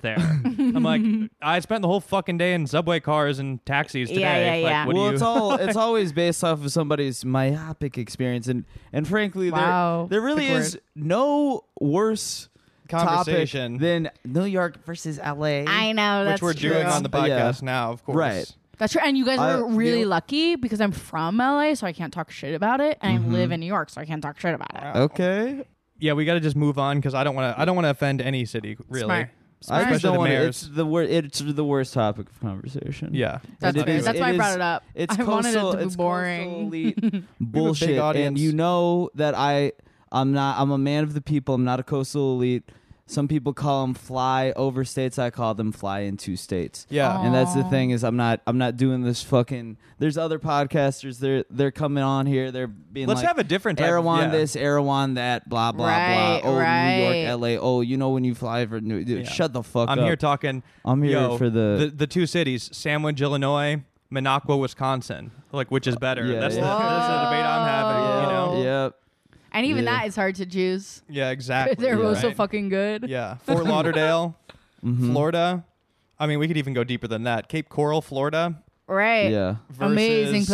A: there. I'm like, I spent the whole fucking day in subway cars and taxis
C: Yeah,
A: today.
C: yeah,
A: Like,
C: yeah.
A: what do
B: well,
A: you-
B: it's all it's always based off of somebody's myopic experience, and and frankly,
C: Wow.
B: there there really
A: Big
B: is no worse
A: Conversation.
B: topic than New York versus L.A.
C: I know
A: Eh? which
C: that's
A: we're
C: true.
A: doing on the
B: Yeah.
A: podcast now, of course.
B: Right.
C: That's true. And you guys
B: I-
C: were really
B: you-
C: lucky because I'm from LA, so I can't talk shit about it, and
A: Mm-hmm.
C: I live in New York, so I can't talk shit about it.
B: Okay,
A: Yeah, we got to just move on because I don't want to. I don't want to offend any city, really.
C: Smart.
B: I
A: Especially
B: just don't
A: the
B: want
A: mayors.
B: It's the worst. It's the worst topic of conversation.
A: Yeah.
C: That's,
B: And it
C: fair.
B: is-
C: that's why
B: it
C: I brought
B: is-
C: it up.
B: It's
C: I
B: coastal,
C: wanted it to be
B: it's coastal
C: boring.
B: elite bullshit, and
A: audience.
B: you know that I, I'm not. I'm a man of the people. I'm not a coastal elite. Some people call them fly over states. I call them fly into states.
A: Yeah.
B: and that's the
C: Aw.
B: thing is I'm not. I'm not doing this fucking. There's other podcasters. They're they're coming on here. They're being.
A: Let's
B: like,
A: have a different type of-
B: Erewhon
A: yeah.
B: this, Erewhon that, blah blah
C: Right,
B: blah. Oh, New
C: right.
B: York, L.A. Oh, you know when you fly for New. Dude,
A: Yeah.
B: Shut the fuck
A: I'm
B: up.
A: here talking.
B: I'm here
A: yo,
B: for the-
A: the two cities, Sandwich, Illinois, Minocqua, Wisconsin. Like, which is better?
B: Yeah,
A: that's,
B: yeah.
A: The, that's the debate I'm having.
C: Whoa.
A: You know?
B: Yep.
C: and even
B: Yeah.
C: that is hard to choose.
A: Yeah, exactly.
C: They're both so Mm-hmm.
A: right?
C: fucking good.
A: Yeah, Fort Lauderdale,
B: Mm-hmm.
A: Florida. I mean, we could even go deeper than that. Cape Coral, Florida.
C: Right.
B: Yeah.
C: Amazing
A: versus-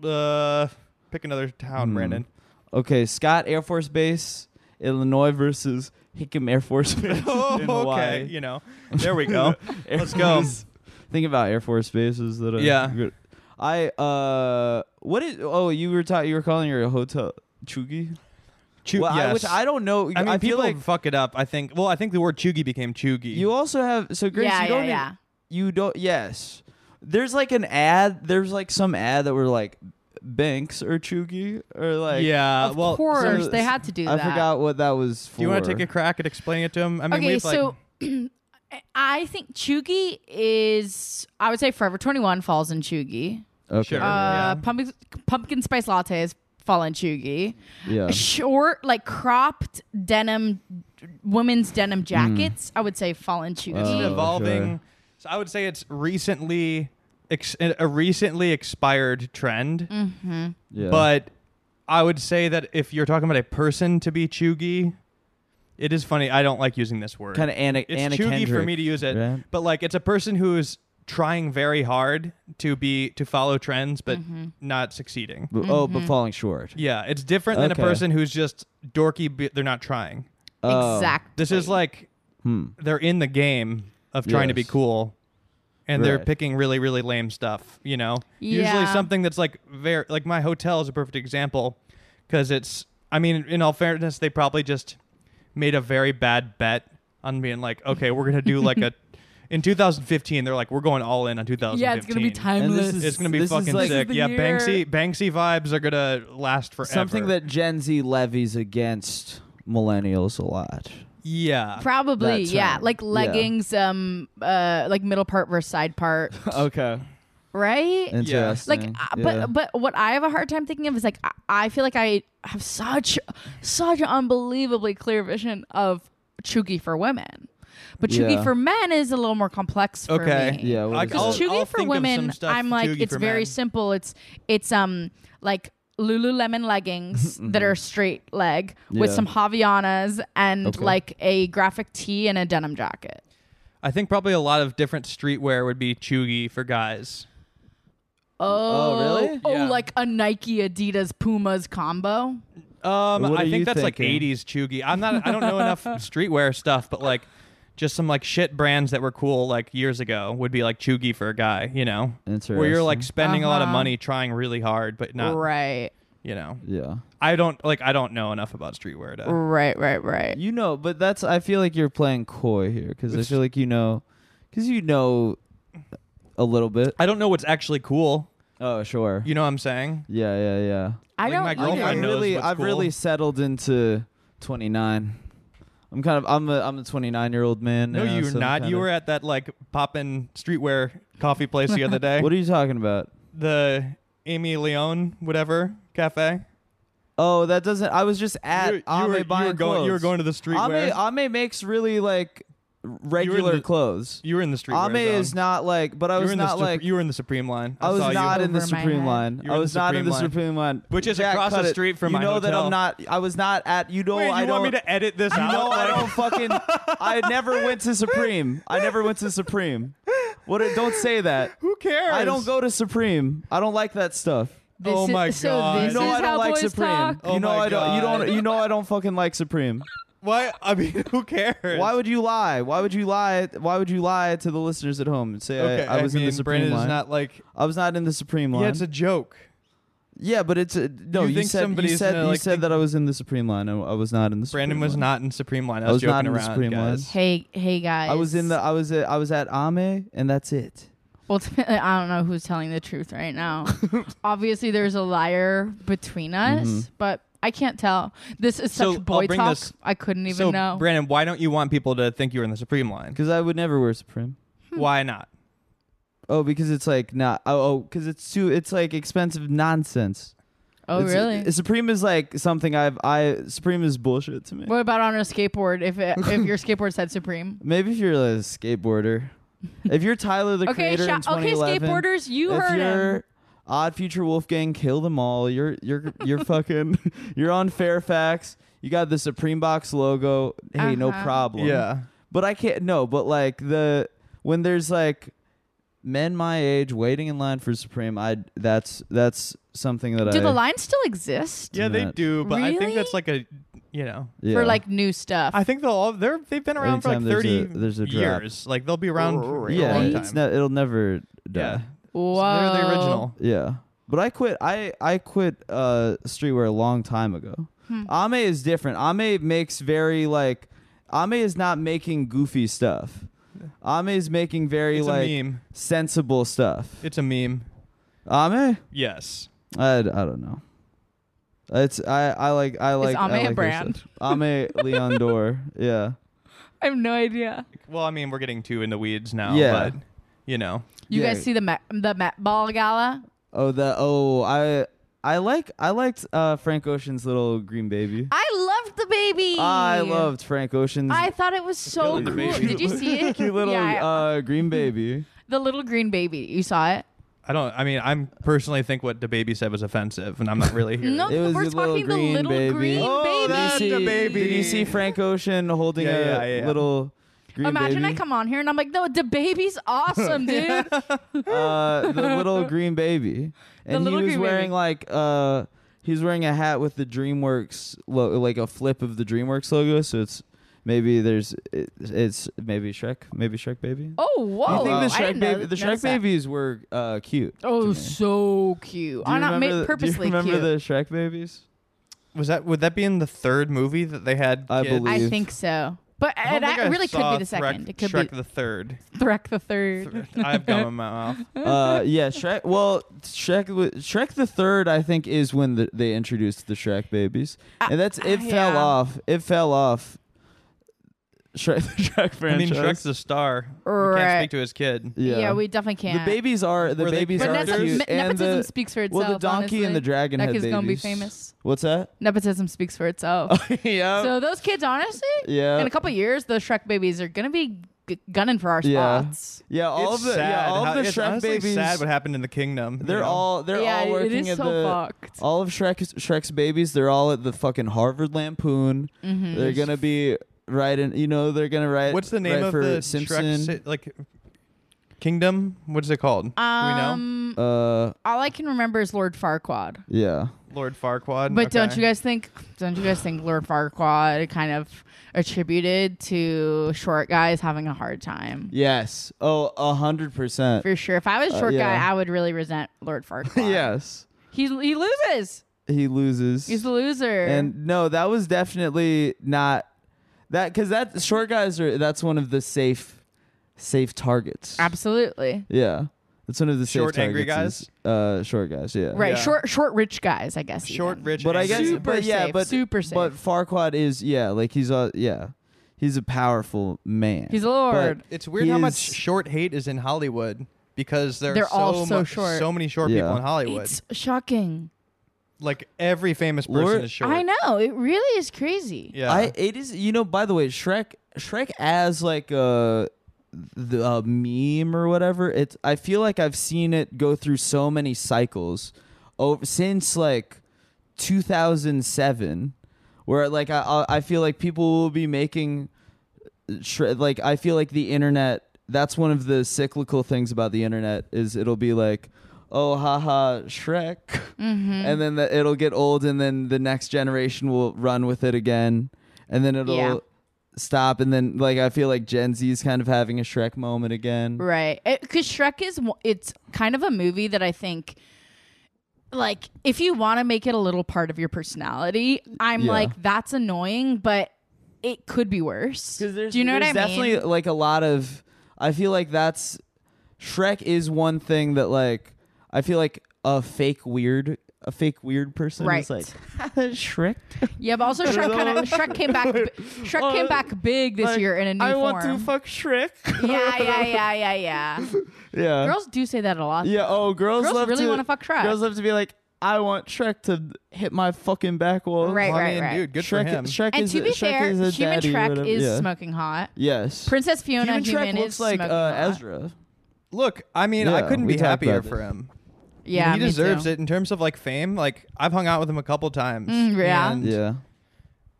C: place.
A: Uh, pick another
B: Hmm.
A: town, Brandon.
B: Okay, Scott Air Force Base, Illinois versus Hickam Air Force Base.
A: Oh,
B: in Hawaii.
A: okay. You know, there we go.
B: Air
A: Let's go.
B: Force- Think about Air Force bases that. I,
A: Yeah.
B: I uh, what is? Oh, you were ta- you were calling your hotel Chugi,
A: Chu-
B: Well, I,
A: yes.
B: which I don't know.
A: I mean,
B: feel
A: people
B: like
A: fuck it up. I think. Well, I think the word "chuggy" became "chuggy."
B: you also have so Grace.
C: yeah,
B: you
C: yeah,
B: don't e-
C: yeah.
B: You don't. Yes. There's like an ad. There's like some ad that were like Banks or Chugi or like
A: yeah.
C: of
A: Uh, well,
C: course,
B: so-
C: they had to do
B: I
C: that.
B: forgot what that was for.
A: do you want to take a crack at explaining it to him? I mean,
C: okay,
A: we've like,
C: so I think Chugi is I would say Forever 21 falls in Chugi.
B: Okay.
A: Sure.
C: Uh,
A: Yeah.
C: pumpkin pumpkin spice lattes fall in Chugi.
B: Yeah.
C: Short like cropped denim women's
A: Hmm.
C: denim jackets, I would say fall in
A: It's
C: Chugi.
A: an
B: Oh,
A: evolving.
B: sure.
A: So I would say it's recently ex- a recently expired trend,
C: Mm-hmm.
B: Yeah.
A: but I would say that if you're talking about a person to be chuggy, it is funny. I don't like using this word.
B: kind of Anna,
A: it's
B: Anna
A: chuggy
B: Kendrick.
A: for me to use it,
B: right?
A: but like it's a person who's trying very hard to be to follow trends but
C: Mm-hmm.
A: not succeeding.
B: B- Oh, but falling short.
A: Yeah, it's different than
B: Okay.
A: a person who's just dorky. But they're not trying.
B: Oh. hmm.
C: exactly.
A: This is like they're in the game of trying to be
B: Yes.
A: cool, and they're
B: Right.
A: picking really really lame stuff. You know, usually
C: Yeah.
A: something that's like very like my hotel is a perfect example because it's. I mean, in all fairness, they probably just made a very bad bet on being like, okay, we're gonna do like a. In 2015, they're like, we're going all in on 2015.
C: Yeah, it's going to be
B: And
C: timeless.
B: this is
A: It's gonna be
B: This is
A: fucking
B: like-
A: sick.
C: This is the
A: Yeah,
C: year.
A: Banksy Banksy vibes are gonna last forever.
B: Something that Gen Z levies against millennials a lot.
A: yeah,
C: Probably,
B: That
C: yeah.
B: term.
C: Like
B: Yeah.
C: leggings, um, uh, like middle part versus side part,
B: Okay.
C: right?
B: Interesting.
C: like uh,
B: Mm, Yeah.
C: but but what i have a hard time thinking of is like I, I feel like i have such such an unbelievably clear vision of chugi for women but chugi
B: Yeah.
C: for men is a little more complex for
A: okay.
C: me
B: Yeah, what
A: I-
B: is
A: I'll-
C: because chugi
A: I'll
C: for
A: think of some
C: women
A: stuff
C: i'm like
A: chuggy
C: it's
A: for
C: very
A: men.
C: simple it's it's um like Lululemon leggings that are straight leg with
B: Mm-hmm. Yeah.
C: some Javianas and
B: Okay.
C: like a graphic tee and a denim jacket.
A: I think probably a lot of different streetwear would be chuggy for guys.
C: Oh,
B: really?
C: Oh,
A: Yeah.
C: like a Nike, Adidas, Pumas combo.
A: Um, I
B: What are
A: think
B: you
A: that's like
B: thinking?
A: '80s chuggy. I'm not. I don't know enough streetwear stuff, but like, just some like shit brands that were cool like years ago would be like chuggy for a guy. You know, where you're like
B: Interesting.
A: spending a lot of
C: Uh-huh.
A: money trying really hard, but not.
C: Right,
A: You know,
B: yeah.
A: I don't like. I don't know enough about streetwear to.
C: right, right, right.
B: You know, but that's I feel like you're playing coy here because I
A: It's-
B: feel like you know, because you know a little bit.
A: I don't know what's actually cool.
B: Oh, sure.
A: You know what I'm saying?
B: yeah, yeah, yeah.
C: I
A: Like,
C: don't.
A: my
C: either.
B: Like,
A: girlfriend
B: I've
A: knows
B: really,
A: what's
B: I've
A: cool.
B: really settled into 29. I'm kind of, I'm a, I'm a 29 year old man.
A: No,
B: now,
A: you're
B: so I'm
A: not.
B: kind
A: You
B: of-
A: were at that like poppin' streetwear coffee place the other day.
B: What are you talking about?
A: the Amy Leone whatever cafe.
B: Oh, that doesn't. I was just at
A: you, you
B: Ame
A: were, you
B: buying
A: were going. You were
B: clothes.
A: going to the streetwear.
B: Ame, Ame makes really like regular
A: the-
B: clothes.
A: you were in the streetwear.
B: Ame is
A: zone.
B: not like, but I
A: you were
B: was
A: in the
B: not
A: Supre-
B: like.
A: you were in the Supreme line. I,
B: I was
A: saw you.
B: not in the
C: Over my
B: Supreme
C: head.
B: line.
A: You were
B: I
A: in the
B: was not in
A: Supreme
B: the
A: line.
B: Supreme line,
A: Which is
B: Jack,
A: across
B: cut
A: the
B: it.
A: street from
B: you
A: my
B: know that
A: hotel.
B: I'm not. I was not at. You know,
A: Wait, you
B: I
A: want me
B: don't.
A: to edit this out?
B: no, I
A: Like-
B: don't fucking. I never went to Supreme. I never went to Supreme. What? Don't say that.
A: Who cares?
B: I don't go to Supreme. I I don't like that stuff.
C: This
A: Oh my
C: is, So
A: God.
C: this
B: You know
C: is
B: I
C: how
B: don't like
C: boys
B: Supreme.
C: talk.
A: Oh
B: you know
A: my
B: I don't. You
A: God.
B: don't. You know I don't fucking like Supreme.
A: Why? I mean, who cares?
B: Why would you lie? Why would you lie? Why would you lie to the listeners at home and say
A: Okay,
B: I, I was
A: mean,
B: in the Supreme
A: Brandon
B: line?
A: is not like.
B: I was not in the Supreme line.
A: Yeah, it's a joke.
B: Yeah, but it's a, no.
A: You
B: You,
A: think
B: said
A: somebody's
B: you said
A: gonna,
B: you
A: like,
B: said
A: think-
B: that I was in the Supreme line. I, I was not in the. Supreme
A: Brandon was
B: line.
A: not in Supreme line. I
B: I
A: was,
B: was
A: joking
B: not in the
A: around,
B: Supreme line.
A: guys.
C: Hey, hey guys.
B: I was in the. I was. At, I was at Ame, and that's it.
C: Ultimately, I don't know who's telling the truth right now. Obviously, there's a liar between us, but I can't tell. This is such
A: So, I'll
C: boy
A: bring
C: talk.
A: this-
C: I couldn't even
A: so,
C: know.
A: Brandon, why don't you want people to think you were in the Supreme line?
B: Because I would never wear Supreme.
A: Why not?
B: Oh, because it's like not. Oh, oh, because it's too. It's like expensive nonsense.
C: oh,
B: It's-
C: really?
B: Supreme is like something I've. I Supreme is bullshit to me.
C: what about on a skateboard? If it, if your skateboard said Supreme.
B: Maybe if you're a skateboarder, if you're Tyler the
C: Okay,
B: Creator in
C: sha- okay,
B: 2011,
C: skateboarders, you
B: if
C: heard
B: you're
C: him.
B: Odd Future Wolfgang, kill them all. You're you're you're fucking. You're on Fairfax. You got the Supreme Box logo. Hey, no
C: Uh-huh.
B: problem. but I can't. No, but like the when there's like men my age waiting in line for Supreme, I that's that's something that I
C: Do the lines still exist
A: Yeah, they
B: Not-
A: do, but I think
C: Really?
A: that's like a, you know,
B: yeah.
C: for like new stuff?
A: I think they'll all they're they've been around for like
B: Anytime there's
A: thirty
B: a- there's a drop.
A: years. Like they'll be around for a
B: yeah,
A: long
B: it's
A: time.
B: ne- it'll never die.
A: yeah,
C: Whoa.
A: So they're the original.
B: Yeah. But I quit I I quit uh streetwear a long time ago.
C: Hmm.
B: Ame is different. Ame makes very like Ame is not making goofy stuff. Ame is making very
A: It's
B: like
A: a meme.
B: sensible stuff.
A: It's a meme.
B: Ame?
A: Yes.
B: I, I don't know. It's I I like I like
C: Ame
B: I
C: a
B: like their
C: brand?
B: stuff. Ame Leon Dor. Yeah.
C: I have no idea.
A: Well, I mean, we're getting too in the weeds now.
B: Yeah.
A: But you know,
C: You
B: Yeah.
C: guys see the Met, the Met Ball Gala?
B: Oh the oh I I like I liked uh Frank Ocean's little green baby.
C: I loved the baby.
B: I loved Frank Ocean's
C: I thought it was so
A: Killing
C: cool.
A: the baby.
C: Did you see it?
B: cute little
C: Yeah, I-
B: uh green baby.
C: the little green baby. You saw it?
A: I don't. I mean, I'm personally think what the baby said was offensive, and I'm not really here.
C: No,
B: It was
C: we're
B: the little
C: talking the
B: green
C: little
B: baby.
C: green
A: Oh,
C: baby.
A: that's
B: Did
A: the
B: you see-
A: baby.
B: Did you see Frank Ocean holding
A: Yeah,
B: a
A: yeah, yeah.
B: little green
C: Imagine
B: baby?
C: I come on here and I'm like, no, the baby's awesome, dude.
B: uh, the little green baby, and he
C: little
B: was
C: green
B: wearing
C: baby.
B: like uh, he was wearing a hat with the DreamWorks lo- like a flip of the DreamWorks logo. So it's maybe there's it, it's maybe Shrek, maybe Shrek baby.
C: oh, whoa!
B: you think the
C: I
B: Shrek
C: didn't
B: baby,
C: know-
B: the
C: notice
B: Shrek
C: that.
B: babies were uh, cute.
C: Oh,
B: to me.
C: so cute.
B: Do you
C: I'm not
B: remember
C: made
B: the-
C: purposely
B: Do you remember
C: cute.
B: the Shrek babies?
A: Was that would that be in the third movie that they had?
B: I
A: kids?
B: believe-
C: I think so, but
A: I
C: it
A: don't think
C: ac-
A: I
C: really could
A: saw
C: be the second.
A: Shrek,
C: it could
A: Shrek
C: be
A: the third.
C: Shrek the third.
A: I've gum in my mouth.
B: uh, yeah, Shrek. Well, Shrek, w- Shrek the third, I think, is when the, they introduced the Shrek babies,
C: Uh,
B: and that's it.
C: uh,
B: fell
C: yeah.
B: off. It fell off. Shrek the Shrek
A: I
B: franchise.
A: mean, Shrek's a star. We
C: Right.
A: can't speak to his kid.
C: Yeah, we definitely
B: The
C: can't.
B: babies are the
A: Were they
B: babies
C: but
B: are
C: nepo-
B: cute,
C: me-
B: and
C: nepotism
B: the
C: speaks for itself.
B: well, the donkey and the
C: honestly.
B: dragon
C: That
B: head
C: kid's
B: babies.
C: gonna be famous.
B: What's that?
C: Nepotism speaks for itself.
B: yeah,
C: So those kids, honestly,
B: Uh, yeah,
C: in a couple years, the Shrek babies are gonna be g- gunning for our
B: Yeah.
C: spots.
B: yeah. All
A: it's
B: of the
A: sad.
B: yeah, all
A: how,
B: of the
A: it's
B: Shrek
A: honestly
B: babies.
A: sad what happened in the kingdom. you
B: They're
A: know?
B: all they're
C: yeah,
B: all
C: it
B: working
C: is
B: at
C: so
B: the
C: fucked.
B: all of Shrek's Shrek's babies. They're all at the fucking Harvard Lampoon.
C: Mm-hmm.
B: They're gonna be writing. You know, they're gonna write.
A: What's the name
B: write
A: of
B: for
A: the
B: Simpson?
A: Shrek si- like kingdom? What is it called? Do
C: Um,
B: uh,
C: all I can remember is Lord Farquaad.
B: yeah.
A: we know Lord Farquaad.
C: But don't you guys think? Don't you guys think Lord Farquaad kind of attributed to short guys having a hard time?
B: Yes. Oh, a hundred percent.
C: For sure. If I was a
B: Uh,
C: short
B: yeah.
C: guy, I would really resent Lord Farquaad.
B: Yes.
C: he he loses.
B: He loses.
C: He's a loser.
B: And no, that was definitely not that because that short guys are that's one of the safe safe targets.
C: absolutely
B: Yeah, that's one of the
A: Short,
B: safe
A: angry
B: targets is, uh, short guys. Yeah.
C: right.
A: Yeah.
C: Short short rich guys, I guess.
A: Short,
C: even.
A: rich,
B: But I
A: angry.
B: guess,
C: Super
B: but yeah,
C: safe,
B: but
C: super safe.
B: But Farquaad is yeah, like he's a yeah, he's a powerful man.
C: He's a lord.
B: But
A: It's weird how much
B: His-
A: short hate is in Hollywood because there are
C: They're
A: so
C: all so
A: mu-
C: short.
A: so many short
B: Yeah.
A: people in Hollywood.
C: It's shocking.
A: like every famous person
B: Lord-
A: is short.
C: I know. It really is crazy.
A: Yeah,
B: I it is you know by the way Shrek Shrek as like a the a meme or whatever it's I feel like I've seen it go through so many cycles over since like 2007 where like I I- I feel like people will be making Shre- like I feel like the internet that's one of the cyclical things about the internet is it'll be like oh haha Shrek and then the, it'll get old and then the next generation will run with it again and then it'll
C: Yeah.
B: stop and then like I feel like Gen Z's kind of having a Shrek moment again.
C: Right. Because Shrek is, one- it's kind of a movie that I think, like, if you want to make it a little part of your personality, I'm
B: Yeah.
C: like, that's annoying, but it could be worse. Do you know what I
B: there's definitely
C: mean?
B: like a lot of I feel like that's Shrek is one thing that like I feel like a fake weird a fake weird person
C: Right.
B: is like Shrek
C: Yeah, but also Shrek kind of Shrek came back. bi- Shrek came back big this
B: Uh, Like,
C: year in a new
B: I
C: form.
B: want to fuck Shrek.
C: yeah, yeah, yeah, yeah, yeah.
B: yeah.
C: Girls do say that a lot.
B: yeah. Oh, girls,
C: Girls
B: love
C: really
B: to
C: wanna fuck Shrek.
B: Girls love to be like, I want Shrek to hit my fucking back wall.
C: Right,
A: Well, I
C: right,
A: mean,
C: right.
A: dude, good for
B: Shrek,
A: him.
B: Shrek
C: and
B: is
C: to
B: a,
C: be
B: Shrek
C: fair,
B: is a
C: human
B: daddy or
C: Shrek
B: whatever.
C: is
B: yeah.
C: smoking hot.
B: Yes.
C: Princess Fiona,
B: human
C: human,
B: Shrek looks
C: is
B: like
C: smoking
B: uh,
C: hot.
B: Ezra.
A: Look, I mean, I
B: Yeah,
A: couldn't
B: we
A: be
B: talked
A: happier
B: about
A: for
B: this.
A: him.
C: Yeah,
A: he
C: me
A: deserves
C: too.
A: it in terms of like fame. Like I've hung out with him a couple times.
C: Mm, yeah.
A: and
B: Yeah.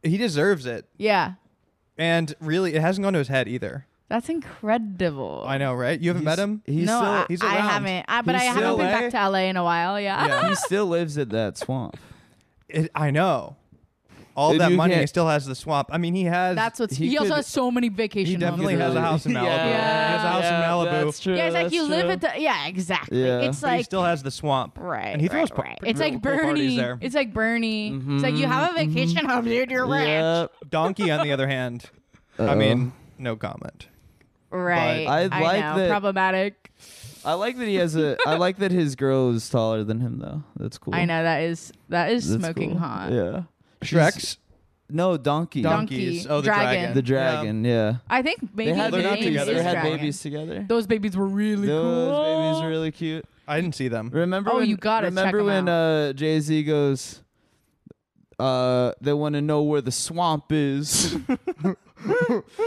A: he deserves it.
C: Yeah,
A: And really, it hasn't gone to his head either.
C: that's incredible.
A: I know, right? You haven't met him?
B: He's
C: no,
B: still,
C: I,
A: he's
C: I
A: around.
C: haven't. I, but
B: He's
C: I haven't
A: still
C: been back
A: there.
C: to LA in a while. Yeah.
A: Yeah.
B: he still lives at that swamp.
A: It, I know. All
B: Dude,
A: that
B: you
A: money, he
B: can't-
A: still has the swamp. I mean, he has.
C: That's what's. He,
B: He
C: also
B: could-
C: has so many vacation.
A: he definitely
C: homes.
A: has a house in Malibu. He has a house
B: Yeah,
A: in Malibu.
B: That's true.
C: Yeah, it's like
B: that's
C: you live
B: true.
C: at the. Yeah, exactly.
B: Yeah.
C: It's
A: but he
C: like
A: still has the swamp.
C: right.
A: And he throws
C: right,
A: pa-
C: right.
A: pretty
C: It's
A: cool
C: like Bernie.
A: parties there.
C: It's like Bernie. It's like you have a vacation home, dude. You're rich.
B: Mm-hmm, Yep.
A: Donkey, on the other hand, I
B: Uh-oh.
A: mean, no comment.
C: Right.
B: I like
C: know.
B: that-
C: Problematic.
B: I like that he has a. I like that his girl is taller than him though. That's cool.
C: I know that is that is
B: That's
C: smoking
B: cool.
C: hot.
B: Yeah.
A: Shrek's
B: No, donkey.
C: Donkey.
A: donkeys. Oh, the
C: Dragon.
A: dragon.
B: The dragon. Yeah.
C: I think maybe
B: They had
A: They're not
B: babies.
A: together.
B: They
A: is
B: had
C: dragon.
B: babies together.
C: Those babies were really
B: Those
C: cool.
B: babies are really cute.
A: I didn't see them.
B: Remember
C: Oh,
B: when
C: you gotta check
B: remember
C: 'em
B: when uh, Jay Z goes, uh, they want to know where the swamp is.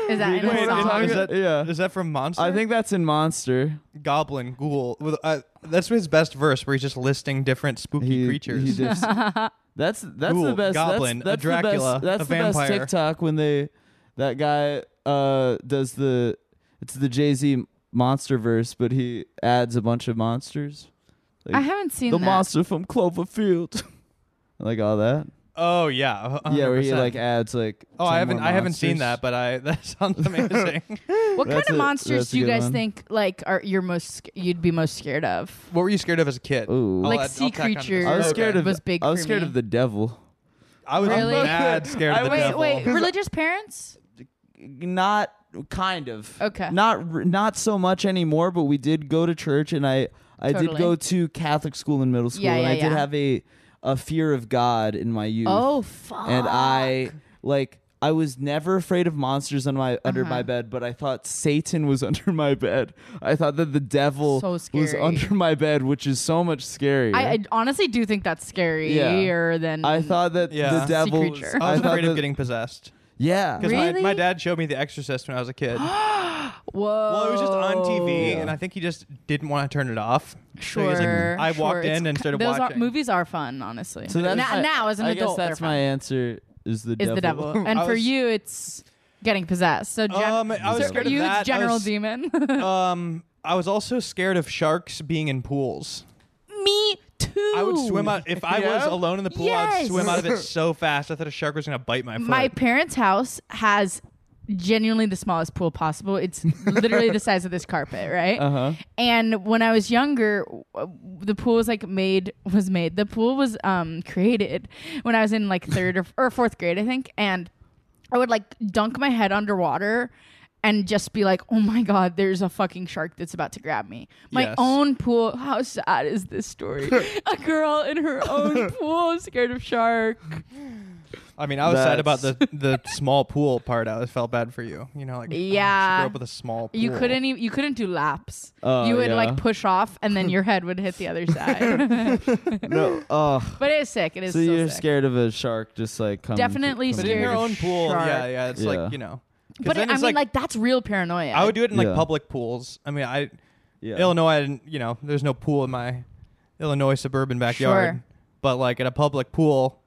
C: Is that in
A: Wait,
C: a song?
A: is that-
B: yeah.
A: Is that from Monster?
B: I think that's in Monster.
A: Goblin, Ghoul. with- uh, that's his best verse, where he's just listing different spooky
B: He-
A: creatures.
B: he just- that's that's the
A: Ghoul,
B: best.
A: goblin, a
B: that's, that's
A: Dracula,
B: The best, that's
A: a
B: the best
A: vampire.
B: TikTok when they that guy uh, does the it's the Jay Z monster verse, but he adds a bunch of monsters.
C: I haven't seen
B: the
C: that.
B: monster from Cloverfield, like all that.
A: oh yeah, a- a
B: Yeah,
A: hundred
B: where he
A: percent.
B: like adds like.
A: Oh,
B: 10
A: I haven't.
B: more
A: I haven't seen
B: monsters.
A: that, but I that sounds amazing.
C: What kind
B: That's
C: of
B: a-
C: monsters
B: that's a
C: do you
B: good
C: guys
B: one.
C: think like are you're most sc- you'd be most scared of?
A: what were you scared of as a kid?
B: Ooh.
A: I'll
C: Like
A: add- I'll
C: sea
A: tack on to this.
C: creatures.
B: I was scared of
C: was big
B: I was
C: for
B: scared
C: me.
B: of the devil.
A: I was
C: Really?
A: mad scared
B: I
A: of the
B: was-
C: Wait,
A: devil.
C: wait, religious parents?
B: Not kind of.
C: Okay.
B: Not r- not so much anymore, but we did go to church and I I did
C: Totally.
B: go to Catholic school in middle school
C: Yeah,
B: and
C: yeah,
B: I did
C: yeah.
B: have a a fear of God in my youth.
C: Oh fuck.
B: And I like I was never afraid of monsters on my under
C: Uh-huh.
B: my bed, but I thought Satan was under my bed. I thought that the devil
C: So
B: was
C: scary.
B: under my bed, which is so much scarier.
C: I, I honestly do think that's scarier than
B: I thought that
A: Yeah.
B: the
A: Sea
B: devil. was-
C: creature.
A: I was
B: thought
A: afraid
B: that-
A: of getting possessed
B: Yeah.
A: because my, my
C: Really?
A: dad showed me The Exorcist when I was a kid.
C: Whoa.
A: Well, it was just on TV,
B: Yeah.
A: and I think he just didn't want to turn it off. So he was like-
C: Sure.
A: I
C: sure.
A: walked
C: It's
A: in and
C: ki-
A: started
C: those
A: watching.
C: Are, movies are fun, honestly.
B: So that's
C: now,
B: my-
C: now as an
B: I
C: adult,
B: guess that's
C: they're
B: my
C: fun.
B: answer. Is the
C: is
B: devil.
C: the devil, and
A: I
C: for
A: was-
C: you, it's getting possessed. So, gen-
A: Um, I was
C: so
A: scared
C: for
A: of
C: you,
A: that. I
C: it's general
A: was-
C: demon.
A: Um, I was also scared of sharks being in pools.
C: Me too.
A: I would swim out if I was
B: Yeah?
A: alone in the pool. I'd
C: Yes.
A: swim out of it so fast. I thought a shark was gonna bite my foot.
C: My parents' house has genuinely the smallest pool possible. It's literally the size of this carpet, right?
A: Uh-huh.
B: Uh huh.
C: And when I was younger, w- the pool was like made was made. The pool was um created when I was in like third or, or fourth grade, I think. And I would like dunk my head underwater and just be like, "Oh my god, there's a fucking shark that's about to grab me." My
A: Yes.
C: own pool. How sad is this story? a girl in her own pool, scared of shark.
A: I mean, I was sad about
B: That's-
A: the the small pool part. I felt bad for you. You know, like
C: Yeah.
A: I grew up with a small. Pool.
C: You couldn't even, you couldn't do laps.
B: Oh,
C: you would
B: yeah.
C: like push off, and then your head would hit the other side.
B: No. Oh.
C: but it is sick. It is
B: so
C: so
B: you're
C: sick.
B: scared of a shark just like coming
C: Definitely
A: But
B: coming
A: in
C: scared
A: your
C: of
A: own pool,
C: shark.
A: yeah, yeah, it's
B: Yeah.
A: like you know. 'Cause
C: But
A: then
C: it, I
A: it's
C: mean, like, that's real paranoia.
A: I would do it in like
B: Yeah.
A: public pools. I mean, I
B: Yeah.
A: Illinois, I didn't, you know, there's no pool in my Illinois suburban backyard.
C: Sure.
A: But like at a public pool,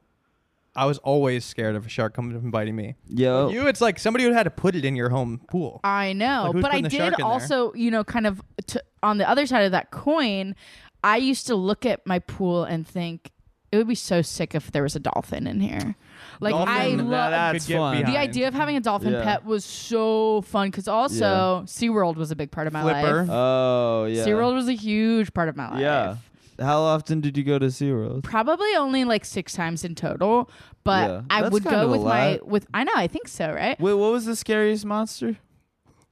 A: I was always scared of a shark coming up and biting me.
B: Yo.
A: You, it's like somebody would have had to put it in your home pool.
C: I know,
A: Like, who's
C: but I
A: putting the shark
C: did
A: in there?
C: also, you know, kind of t- on the other side of that coin. I used to look at my pool and think it would be so sick if there was a dolphin in here. Like I
A: Dolphin,
B: that-
C: love
B: that's
A: could get
B: fun. The
C: the
A: behind.
C: idea of having a dolphin
B: Yeah.
C: pet was so fun because also SeaWorld was a big part of my
A: Flipper.
C: life.
B: Oh yeah.
C: SeaWorld was a huge part of my life.
B: Yeah. How often did you go to SeaWorld?
C: Probably only like six times in total, but
B: Yeah.
C: I
B: That's
C: would
B: kind
C: go
B: of a
C: with my
B: lot.
C: with I know I think so right.
B: Wait, what was the scariest monster?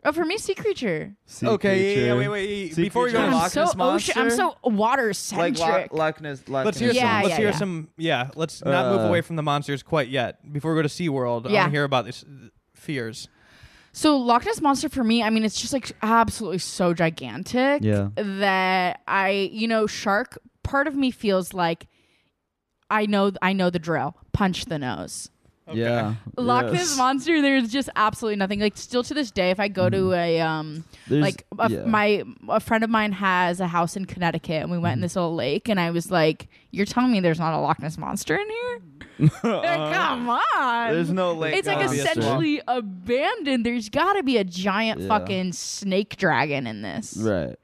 C: Oh, for me, sea creature.
B: Sea
A: okay, yeah, yeah,
B: creature.
A: wait, wait.
B: Sea
A: Before we go
B: creature.
A: to
C: I'm
A: Loch
C: so
A: Ness
C: ocean.
A: monster,
C: I'm so water centric.
B: Like Loch, Loch Ness. Loch
A: let's hear
B: Ness
A: some.
C: Yeah,
B: monster.
A: let's
C: yeah,
A: hear
C: yeah.
A: some. Yeah, let's not move
B: Uh,
A: away from the monsters quite yet. Before we go to SeaWorld, I
C: Yeah.
A: want to hear about this fears.
C: So Loch Ness monster for me, I mean, it's just like absolutely so gigantic
B: Yeah.
C: that I, you know, shark. Part of me feels like I know, I know the drill. Punch the nose.
B: Yeah.
C: Loch
B: yes.
C: Ness monster. There's just absolutely nothing. Like still to this day, if I go to
B: Mm.
C: a um,
B: There's-
C: like a,
B: yeah.
C: my a friend of mine has a house in Connecticut, and we went in this little lake, and I was like, "You're telling me there's not a Loch Ness monster in here? Like, come on,
B: Uh, There's no lake.
C: it's like
B: obviously.
C: essentially abandoned. There's got to be a giant
B: Yeah.
C: fucking snake dragon in this.
B: Right.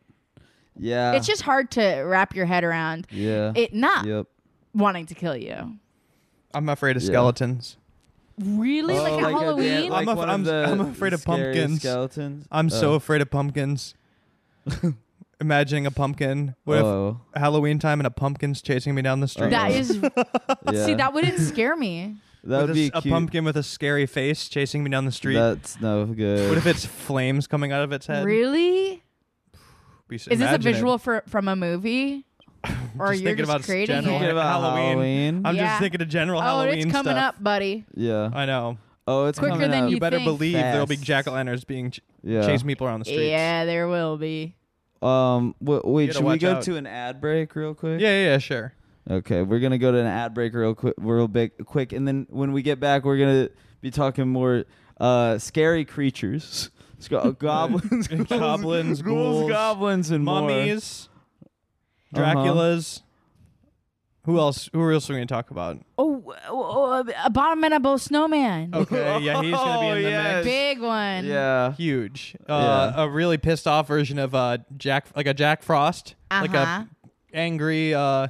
B: Yeah.
C: It's just hard to wrap your head around
B: Yeah.
C: it not
B: Yep.
C: wanting to kill you.
A: I'm afraid of
B: Yeah.
A: skeletons.
C: Really,
B: Oh,
C: like at Halloween.
A: like- I'm af-
B: one of
A: I'm-
B: the
A: I'm afraid of
B: scary
A: pumpkins.
B: Skeletons.
A: I'm so
B: Oh.
A: afraid of pumpkins. Imagining a pumpkin. What
B: Oh,
A: if Halloween time and a pumpkin's chasing me down the street?
C: that is
B: uh, yeah.
C: see that wouldn't scare me.
B: That would
A: With a
B: be
A: s- a,
B: cute.
A: pumpkin with a scary face chasing me down the street.
B: That's no good.
A: what if it's flames coming out of its head?
C: Really?
A: We s-
C: Is this a
A: imagine it.
C: visual for, from a movie? or
A: Just
C: you're
A: thinking
C: just
A: about
C: creating
A: general
C: it?
B: Thinking about
A: Halloween.
B: Halloween.
A: I'm
C: Yeah.
A: just thinking of general
C: oh,
A: Halloween
C: it's coming
A: stuff.
C: up, buddy.
B: yeah.
A: I know.
B: Oh, it's
C: Quicker
B: coming
C: than
B: up.
C: you
A: You better
C: think?
A: believe there'll be
B: Fast.
A: jack o' lanterns being ch-
B: yeah.
A: chasing people around the streets.
C: Yeah, there will be.
B: Um. W- wait.
A: gotta
B: Should we
A: watch
B: go
A: out.
B: to an ad break real quick?
A: Yeah, yeah, yeah, sure.
B: Okay. We're gonna go to an ad break real quick. Real big, quick, and then when we get back, we're gonna be talking more uh scary creatures, Sc-
A: Goblins,
B: goblins, ghouls,
A: ghouls,
B: goblins, and more.
A: Mummies,
B: Uh-huh.
A: Draculas. Who else? Who else are we gonna talk about?
C: Oh, oh, oh, abominable snowman.
A: Okay, yeah, he's gonna be in the
B: Oh, yes.
A: mix.
C: Big one.
B: Oh, Yeah.
A: huge. Uh,
B: Yeah.
A: A really pissed off version of uh, Jack, like a Jack Frost, like
C: Uh-huh.
A: a angry, uh,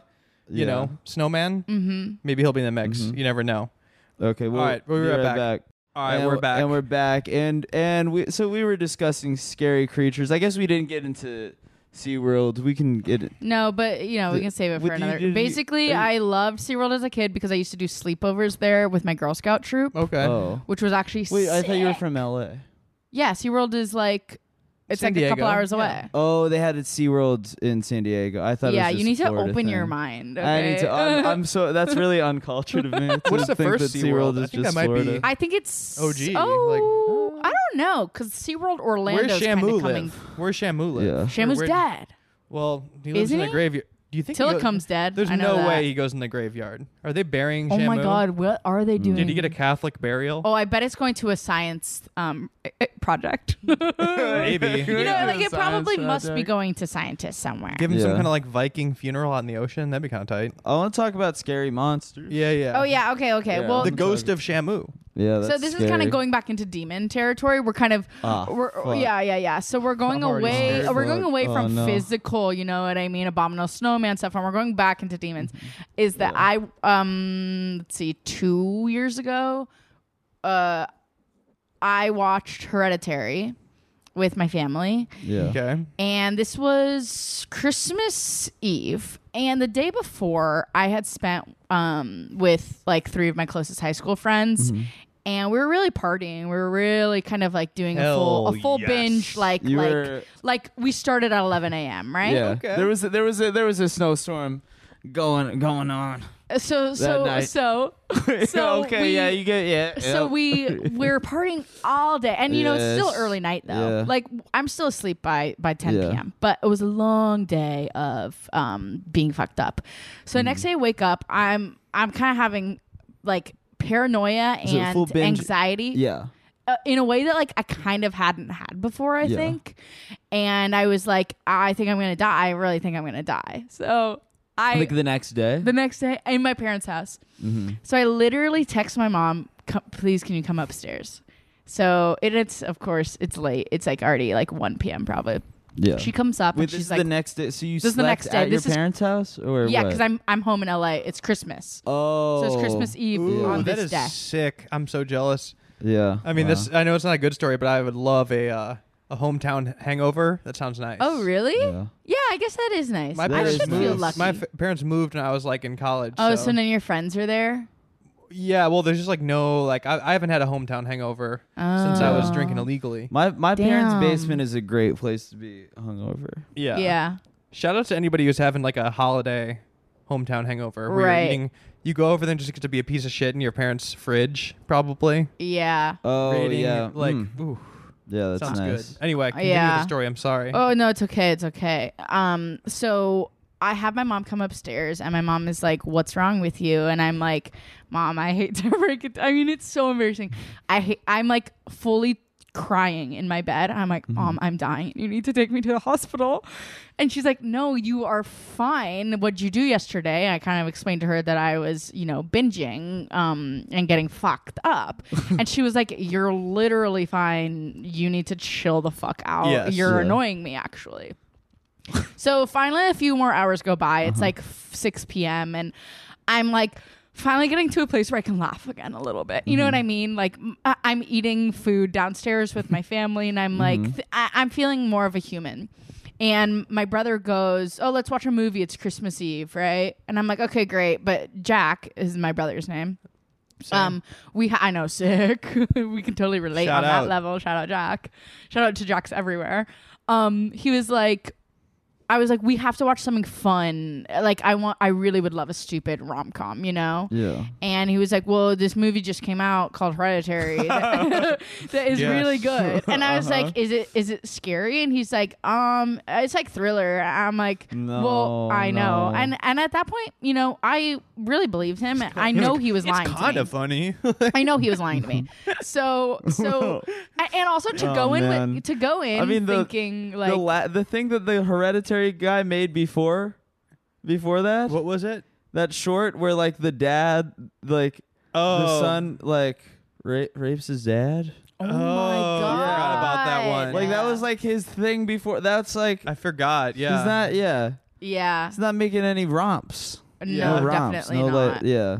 A: you
B: Yeah.
A: know, snowman. Mm-hmm. Maybe he'll be in the mix. You never know.
B: Okay. Well,
A: All right, we'll be
B: be
A: right
B: right
A: back. Mm-hmm. All right,
B: and,
A: we're back.
B: and we're back, and and we so we were discussing scary creatures. I guess we didn't get into SeaWorld. We can get it.
C: No, but you know, we
B: The-
C: can save it
B: would
C: for
B: you-
C: another.
B: did you-
C: Basically,
B: are you-
C: I loved SeaWorld as a kid because I used to do sleepovers there with my Girl Scout troop,
A: okay.
B: Oh,
C: which was actually
B: wait, I
C: sick.
B: thought you were from LA.
C: Yeah, SeaWorld is like It's
E: San
C: like a couple
E: Diego,
C: hours
E: yeah.
C: away.
B: Oh, they had it SeaWorld in San Diego. I thought. it was
C: Yeah,
B: this
C: you need to
B: Florida
C: open your
B: thing.
C: mind.
B: I need to.
C: okay?
B: I'm, I'm so. That's really uncultured of me. to
A: What's the
B: think
A: first
B: that
A: SeaWorld?
B: SeaWorld
A: I
B: is
A: think
B: just
A: that might be-
B: Florida.
C: I think it's
E: OG, like,
C: Oh, I don't know, cause SeaWorld
A: uh. Where's
C: Orlando's kind
A: Shamu
C: of coming.
A: live? Where's Shamu live?
B: Yeah.
A: Or
C: Shamu's
A: where-
C: dead
A: Well, he lives
C: Isn't
A: in a
C: he?
A: graveyard. Do you think he
C: till it
A: goes-
C: comes dead.
A: There's
C: I know
A: no
C: that.
A: way he goes in the graveyard. Are they burying?
C: Oh my
A: Shamu? Mm.
C: God, what are they doing?
A: Did he get a Catholic burial?
C: Oh, I bet it's going to a science um eh, eh, project.
A: Maybe.
C: You know,
B: Yeah.
C: like it
B: Science
C: probably must be
B: project.
C: going to scientists somewhere.
A: Give him some
B: Yeah.
A: kind of like Viking funeral out in the ocean. That'd be kind of tight.
B: I want to talk about scary monsters.
A: Yeah, yeah.
C: oh yeah, okay, okay.
B: Yeah.
C: Well,
A: The ghost of Shamu.
B: Yeah.
C: so
B: that's
C: this is
B: scary.
C: kind of going back into demon territory. We're kind of,
B: Ah,
C: we're,
B: fuck.
C: yeah, yeah, yeah. So we're going
A: I'm already
C: away.
A: scared.
C: We're going
B: Fuck.
C: away
B: Oh,
C: from
B: no.
C: physical. You know what I mean? Abominable snowman stuff, and we're going back into demons.
B: Mm-hmm.
C: Is that I um let's see, two years ago, uh, I watched Hereditary with my family.
B: Yeah.
A: Okay.
C: and this was Christmas Eve. And the day before, I had spent um, with like three of my closest high school friends,
B: Mm-hmm.
C: and we were really partying. We were really kind of like doing a full a
A: Hell
C: full
A: yes.
C: binge, like
B: You
C: like
B: were-
C: like we started at eleven a.m. Right?
B: Yeah.
A: Okay.
B: There was a, there was a, there was a snowstorm going going on.
C: So so
B: night.
C: so so
B: okay.
C: we-
B: yeah. You get yeah.
C: so
B: yep.
C: we we're partying all day and you know it's still
B: Yes.
C: early night though
B: Yeah.
C: like i'm still asleep by by 10
B: Yeah.
C: p.m but it was a long day of um being fucked up so the
B: Mm.
C: next day i wake up i'm i'm kind of having like paranoia
B: Is it full
C: and
B: binge-
C: anxiety
B: Yeah.
C: uh, in a way that like I kind of hadn't had before, I
B: Yeah.
C: think. And I was like, I think I'm gonna die. I really think I'm gonna die. So I
B: like the next day. Mm-hmm.
C: the next day in my parents' house. So I literally text my mom, "Co- "Please, can you come upstairs?" So it, it's of course it's late. It's like already like 1 p.m. probably.
B: yeah.
C: She comes up
B: Wait,
C: and
B: this is
C: she's
B: the
C: like,
B: next day. So you
C: is the
B: slept
C: next day.
B: at
C: This
B: your
C: is-
B: parents' house or
C: "Yeah,
B: what?
C: because I'm I'm home in L.A. It's Christmas,
B: Oh.
C: so it's Christmas Eve
A: Ooh,
C: on
A: that
C: this
A: is
C: day."
A: sick. I'm so jealous.
B: Yeah.
A: I mean,
B: wow.
A: this. I know it's not a good story, but I would love a uh, a hometown hangover. That sounds nice.
C: Oh really? Yeah.
B: Yeah.
C: I guess that is nice.
A: My
C: I
B: that
A: parents
C: should
B: is
A: moved.
C: feel lucky.
B: nice.
A: My f- parents moved when I was like in college.
C: oh,
A: so
C: so none of your friends are there.
A: yeah. Well, there's just like no like I, I haven't had a hometown hangover since I was
C: Oh.
A: drinking illegally.
B: My my
C: Damn.
B: parents' basement is a great place to be hungover.
A: Yeah.
C: Yeah.
A: Shout out to anybody who's having like a holiday hometown hangover where
C: Right.
A: you're eating. You go over there and just get to be a piece of shit in your parents' fridge, probably.
C: Yeah.
B: Oh
A: Rating,
B: yeah,
A: Like,
B: Mm.
A: ooh,
B: yeah, that's
A: sounds
B: nice.
A: good. Anyway, continue
C: yeah.
A: the story. I'm sorry.
C: Oh no, it's okay. It's okay. Um, so I have my mom come upstairs, and my mom is like, "What's wrong with you?" And I'm like, "Mom, I hate to break it. I mean, it's so embarrassing. I hate. I'm like fully." crying in my bed i'm like mom i'm dying you need to take me to the hospital and she's like no you are fine what'd you do yesterday and i kind of explained to her that i was you know binging um and getting fucked up and she was like you're literally fine you need to chill the fuck out
A: Yes.
C: you're
B: Yeah.
C: annoying me actually so finally, a few more hours go by.
A: Uh-huh.
C: It's like f- 6 p.m. and I'm like finally getting to a place where I can laugh again a little bit. You know what
A: Mm-hmm.
C: I mean? Like m- I- am eating food downstairs with my family, and I'm like
A: Mm-hmm.
C: th- I- I'm feeling more of a human. And my brother goes, "Oh, let's watch a movie. It's Christmas Eve, right?" And I'm like, "Okay, great." But Jack is my brother's name.
A: Same.
C: Um, we ha- I know sick. we can totally relate on
A: Shout
C: that
A: out.
C: level. Shout out Jack. Shout out to Jacks everywhere. Um, he was like, I was like, we have to watch something fun. Like I want, I really would love a stupid rom com, you know.
B: Yeah.
C: And he was like, "Well, this movie just came out called Hereditary. that that is
A: Yes. Uh-huh.
C: really good." And I was like, "Is it is it scary?" And he's like, "Um, it's like thriller." I'm like, "Well,
B: No,
C: I know."
B: no.
C: And and at that point, you know, I really believed him. I know he was lying.
A: It's
C: to
A: kind
C: me.
A: of funny.
C: I know he was lying to me. So
A: Oh.
C: so a- and also to
B: Oh,
C: go in
B: man.
C: with, to go in
B: I mean, the-
C: thinking like
B: the la- the thing that the hereditary guy made before, before that,
A: what was it?
B: that short where like the dad, like
A: Oh,
B: the son, like ra- rapes his dad.
C: oh my
A: Oh,
C: god.
A: I forgot about that one.
B: Like that
C: Yeah.
B: was like his thing before. That's like
A: I forgot. Yeah.
B: he's not. Yeah,
C: Yeah.
B: he's not making any romps.
C: No,
B: no romps.
C: definitely
B: no
C: not.
B: li- yeah.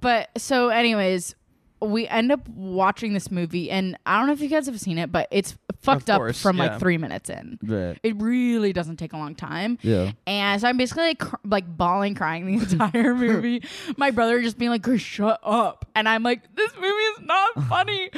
C: But so anyways, we end up watching this movie and I don't know if you guys have seen it, but it's fucked up
A: Of course,
C: from
A: yeah.
C: like 3 minutes in.
B: Right.
C: It really doesn't take a long time.
B: Yeah.
C: And so I'm basically like, cr- like bawling, crying the entire movie. My brother just being like, "Girl, shut up. And I'm like, this movie is not funny.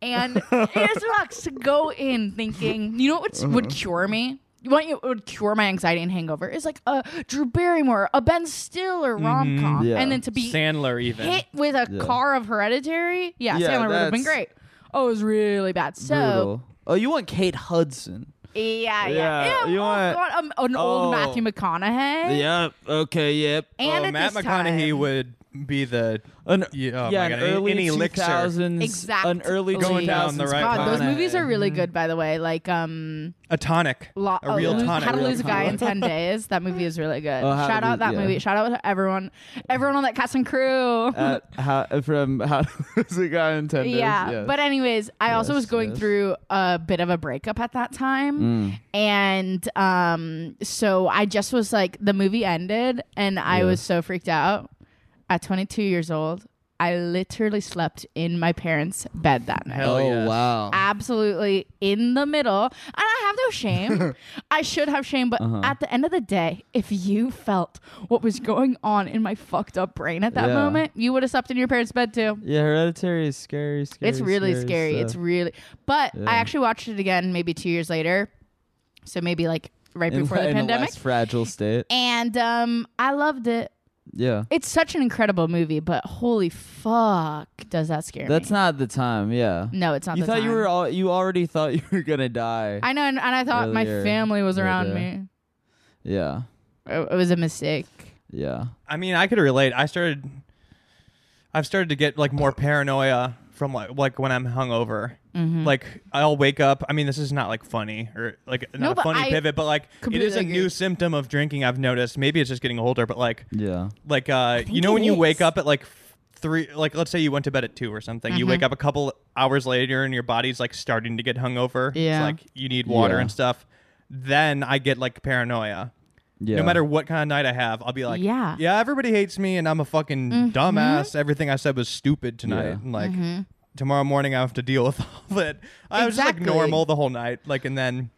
C: and it sucks to go in thinking, you know what would,
B: Uh-huh.
C: would cure me? You want you would cure my anxiety and hangover is like a Drew Barrymore, a Ben Stiller rom com,
B: Yeah.
C: and then to be
F: Sandler even.
C: hit with a
B: Yeah.
C: car of Hereditary. Yeah,
B: Yeah,
C: Sandler would have been
B: that's
C: great. Oh, it was really bad. So
B: Brutal. Oh, you want Kate Hudson?
C: yeah, yeah,
B: Yeah,
C: Ew,
B: you
C: oh,
B: want-
C: God, um, an
B: Oh.
C: old Matthew McConaughey.
B: Yep. Okay. Yep.
C: And
A: oh,
C: at
A: Matt
C: this
A: McConaughey
C: time,
A: would be the
B: An,
A: yeah, oh
B: yeah,
A: my
B: an
A: God, any-
B: early
A: any elixir.
B: 2000s,
C: exactly
B: an early
A: Going down the
B: 2000s
A: right
C: God, those
A: Iconic.
C: movies are really good, by the way. Like um,
A: a tonic.
C: Lo-
A: A
C: oh,
A: real
C: Lose-
A: tonic.
C: How to Lose a Guy
B: Real
C: in Ten Days. That movie is really good.
B: Oh, How to
C: Shout
B: Lose-
C: out that
B: yeah.
C: movie. Shout out to everyone, everyone on that cast and crew.
B: At how, from how does it got in ten days?
C: yeah.
B: yes.
C: But anyways, I also
B: Yes,
C: was going
B: yes.
C: through a bit of a breakup at that time,
B: Mm.
C: and um, so I just was like, the movie ended, and I was
B: Yes.
C: so freaked out. At 22 years old, I literally slept in my parents' bed that night.
A: Hell
B: oh
A: yes.
B: wow.
C: absolutely in the middle. And I have no shame. I should have shame, but
B: Uh-huh.
C: at the end of the day, if you felt what was going on in my fucked up brain at that
B: Yeah.
C: moment, you would have slept in your parents' bed too.
B: yeah, Hereditary is scary. scary
C: it's really scary. It's
B: stuff.
C: really. But
B: uh, Yeah.
C: I actually watched it again maybe two years later. So maybe like right
B: in,
C: before the
B: in a
C: pandemic.
B: less fragile state.
C: and um, I loved it.
B: Yeah.
C: It's such an incredible movie, but holy fuck, does that scare
B: That's
C: me?
B: not the time. Yeah.
C: No, it's not.
B: you
C: the
B: thought you
C: time.
B: were all, you already thought you were gonna die.
C: I know, and, and I thought my
B: Earlier.
C: family was
B: Yeah,
C: around
B: yeah.
C: me.
B: yeah.
C: it it was a mistake.
B: Yeah.
A: I mean, I could relate. I started. I've started to get like more paranoia from like like when I'm hungover.
C: Mm-hmm.
A: Like I'll wake up. I mean, this is not like funny or like not
C: No,
A: a
C: but
A: funny
C: I
A: pivot, but like it
C: completely
A: is a
C: agree.
A: new symptom of drinking. I've noticed. Maybe it's just getting older, but like
B: Yeah.
A: like uh, you
C: think
A: know when
C: it
A: you
C: is.
A: wake up at like f- three, like let's say you went to bed at two or something. You
C: Mm-hmm.
A: wake up a couple hours later and your body's like starting to get hungover.
C: Yeah.
A: it's like you need water
B: Yeah.
A: and stuff. Then I get like paranoia
B: Yeah.
A: no matter what kind of night I have, I'll be like,
C: Yeah. Mm-hmm.
A: yeah, everybody hates me, and I'm a fucking dumbass. Everything I said was stupid tonight.
B: Yeah.
A: And like tomorrow morning, I have to deal with all of it. I was just like
C: Exactly.
A: normal the whole night, like, and then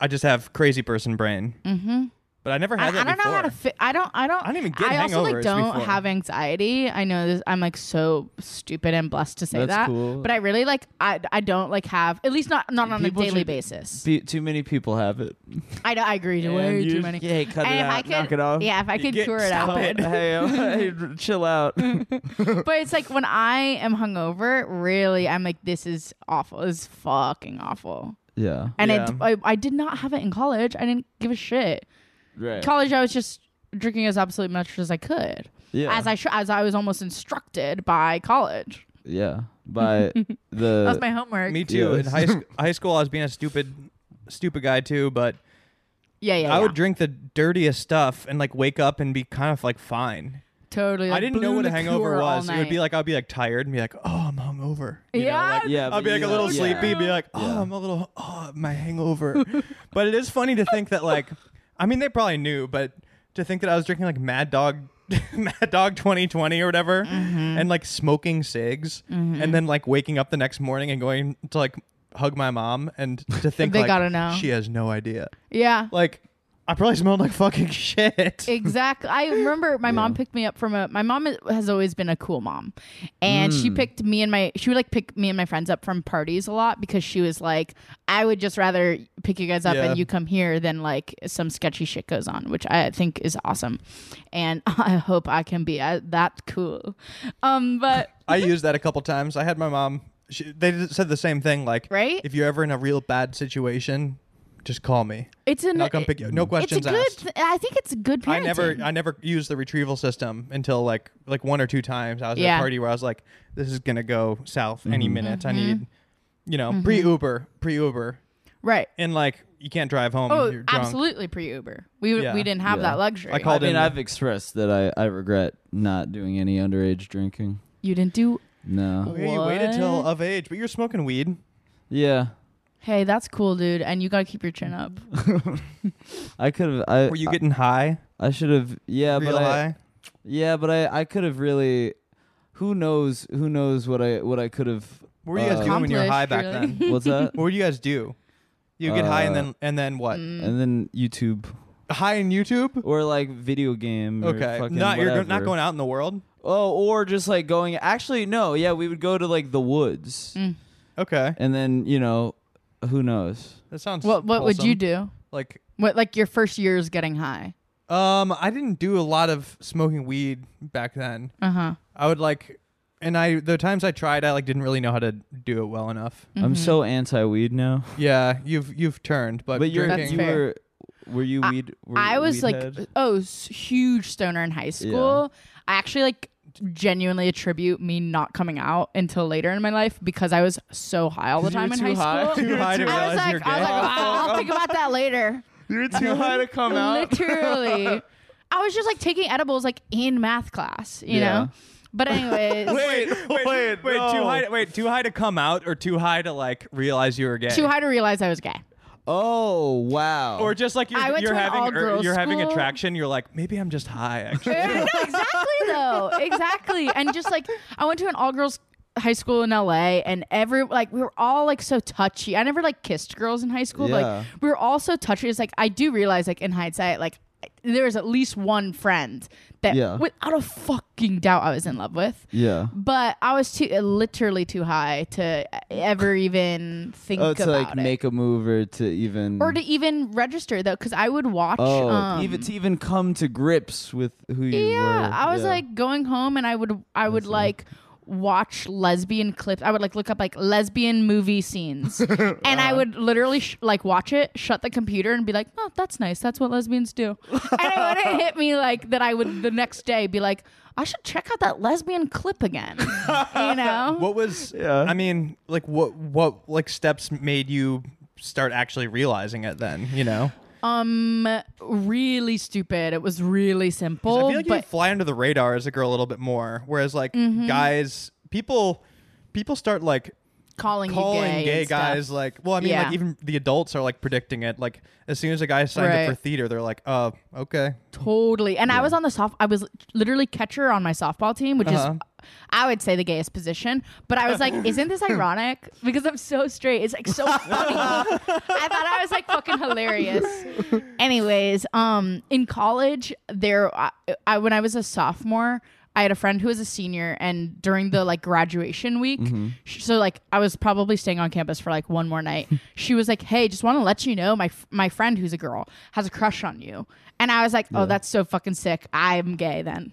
A: I just have crazy person brain. Mm-hmm. But I never
C: Mm. I,
A: had
C: I
A: that
C: don't know
A: before.
C: how to fit. I don't. I don't.
A: I don't even get
C: I also
A: hangovers
C: like don't
A: before.
C: have anxiety. I know this. I'm like so stupid and blessed to say
B: That's
C: that.
B: cool.
C: But I really like. I I don't like have at least not not on
B: People
C: a daily
B: should-
C: basis.
B: Be- too many people have it.
C: I I agree. to
B: And
C: Way
B: you-
C: too many.
B: Hey, cut
C: and
B: it
C: if
B: out.
C: I could,
B: Knock it off.
C: yeah, if I could
A: get-
C: cure it
A: stop
C: out,
A: it.
B: hey, oh, hey, r- chill out.
C: but it's like when I am hungover, really, I'm like, this is awful. This is fucking awful.
B: yeah.
C: And
A: Yeah.
C: it, I, I did not have it in college. I didn't give a shit.
B: Right.
C: College, I was just drinking as absolutely much as I could.
B: yeah.
C: as I sh- as I was almost instructed by college.
B: yeah. By
C: That
B: the
C: was my homework.
A: Uh, Me too.
B: Yeah.
A: In high, sc- high school, I was being a stupid, stupid guy too. But
C: yeah, yeah,
A: I
C: yeah.
A: would drink the dirtiest stuff and like wake up and be kind of like fine.
C: totally.
A: I
C: like,
A: didn't know
C: blue
A: what a
C: liqueur
A: hangover
C: all
A: was. It would be
C: night.
A: like I'd be like tired and be like, oh, I'm hungover. You know,
C: yeah,
A: like-
B: Yeah,
A: I'll
B: but
A: be like
B: you
A: a little
B: don't- yeah.
A: sleepy, be like, oh,
B: Yeah.
A: I'm a little, oh, my hangover. but it is funny to think that, like, I mean, they probably knew, but to think that I was drinking like Mad Dog, Mad Dog 2020 or whatever,
C: Mm-hmm.
A: and like smoking cigs, and then like waking up the next morning and going to like hug my mom, and to think
C: They
A: like,
C: gotta know.
A: she has no idea.
C: yeah.
A: Like, I probably smelled like fucking shit.
C: Exactly. I remember my mom picked me up from a. My mom is- has always been a cool mom, and
A: Mm.
C: she picked me and my. She would like pick me and my friends up from parties a lot because she was like, I would just rather pick you guys up
A: Yeah.
C: and you come here than like some sketchy shit goes on, which I think is awesome, and I hope I can be uh, that cool. Um, but
A: I used that a couple times. I had my mom. She, they did- said the same thing. Like,
C: Right?
A: If you're ever in a real bad situation, just call me.
C: it's an.
A: And I'll come pick you. No questions
C: it's a good
A: asked.
C: th- i think it's a good parenting.
A: I never, I never used the retrieval system until like, like one or two times. I was at
C: Yeah.
A: a party where I was like, "This is gonna go south
B: Mm-hmm.
A: any minute. I need,
C: Mm-hmm.
A: you know, pre Uber, pre Uber,
C: right
A: and like you can't drive home.
C: oh
A: you're drunk.
C: absolutely pre-uber we w-
A: Yeah.
C: we didn't have
B: Yeah.
C: that luxury
A: I
B: I
A: called
B: mean,
A: in.
B: I've expressed that I, I regret not doing any underage drinking.
C: you didn't do
B: No.
A: Okay, you waited till
C: What?
A: of age, but you're smoking weed.
B: Yeah.
C: hey that's cool dude and you gotta keep your chin up
B: I could have. I
A: Were you getting high?
B: I should have. Yeah,
A: real
B: but I.
A: high?
B: Yeah, but I. I could have really. Who knows? Who knows what I what I could have.
A: What were you guys
B: uh,
A: doing when you were high
C: Accomplished,
A: back
C: really.
A: then?
B: What's that?
A: what would you guys do? You get high and
B: Uh,
A: then and then
C: mm.
A: what?
B: and then YouTube
A: High in YouTube?
B: or like video game. or
A: Okay,
B: Mm, fucking
A: not you're go- not
B: whatever.
A: going out in the world.
C: Mm.
B: Oh, or just like going. Actually, no. Yeah, we would go to like the woods.
A: Okay.
B: and then you know, who knows?
A: That sounds.
C: What what would you
A: wholesome.
C: do?
A: Like,
C: What like your first year is getting high?
A: um, I didn't do a lot of smoking weed back then.
C: Uh huh.
A: I would like, and I the times I tried, I like didn't really know how to do it well enough.
C: Mm-hmm.
B: I'm so anti weed now.
A: Yeah, you've you've turned, but,
B: But you're
A: drinking.
B: you
C: That's fair.
B: were were you
C: I-
B: weed? were
C: I
B: you
C: was
B: weed
C: like,
B: head?
C: oh, s- huge stoner in high school. I actually like genuinely attribute me not coming out until later in my life because I was so high all the
B: 'Cause you
C: time
B: were
C: in
B: too
C: high
B: high?
C: school.
A: Too high to
C: I
A: realize
C: was
A: you're
C: like,
A: gay.
C: I was like, "Wow, I'll think about that later.
B: you were too high to come
C: Literally. I was just like taking edibles like in math class, you
B: Yeah.
C: know? But anyways,
A: Wait, wait, wait, wait, too
B: no.
A: high. To, wait, too high to come out, or too high to like realize you were gay.
C: too high to realize I was gay.
B: Oh wow!
A: or just like you're,
C: I went
A: you're
C: to an
A: having er,
C: all-girls
A: you're having
C: school.
A: attraction. You're like maybe I'm just high. Actually,
C: no, exactly though. Exactly. And just like I went to an all girls high school in LA and every like we were all like so touchy. I never like kissed girls in high school, but
B: Yeah.
C: like we were all so touchy. It's like I do realize like in hindsight, like there was at least one friend that
B: Yeah.
C: without a fucking doubt I was in love with.
B: yeah.
C: But I was too uh, literally too high to ever even think
B: Oh, to
C: about
B: like
C: it.
B: make a move or to even
C: or to even register though, because I would watch.
B: oh
C: um,
B: even to even come to grips with who you
C: yeah,
B: were.
C: I was like going home and I would I would like watch lesbian clips. I would like look up like lesbian movie scenes. and
B: Uh-huh.
C: I would literally sh- like watch it, shut the computer and be like, "Oh, that's nice. That's what lesbians do." and it wouldn't hit me like that I would the next day be like, "I should check out that lesbian clip again." you know?
A: what was?
B: Yeah.
A: I mean, like what what like steps made you start actually realizing it? Then you know,
C: Um really stupid. It was really
A: 'Cause
C: simple,
A: I feel like you
C: but Mm-hmm.
A: fly under the radar as a girl a little bit more, whereas like guys, people, people start like
C: calling,
A: calling
C: you gay,
A: gay,
C: and stuff.
A: guys like well i mean
C: Yeah.
A: like even the adults are like predicting it like as soon as a guy signs
C: Right.
A: up for theater they're like uh okay
C: Totally. And I was on the soft I was literally catcher on my softball team, which
A: Uh-huh.
C: is I would say the gayest position. But I was like, isn't this ironic? Because I'm so straight. It's like so funny. I thought I was like fucking hilarious. Anyways, um in college there I, I when I was a sophomore I had a friend who was a senior, and during the like graduation week, sh so like I was probably staying on campus for like one more night. she was like, "Hey, just want to let you know, my f- my friend who's a girl has a crush on you," and I was like, "Oh, that's so fucking sick. I'm gay then."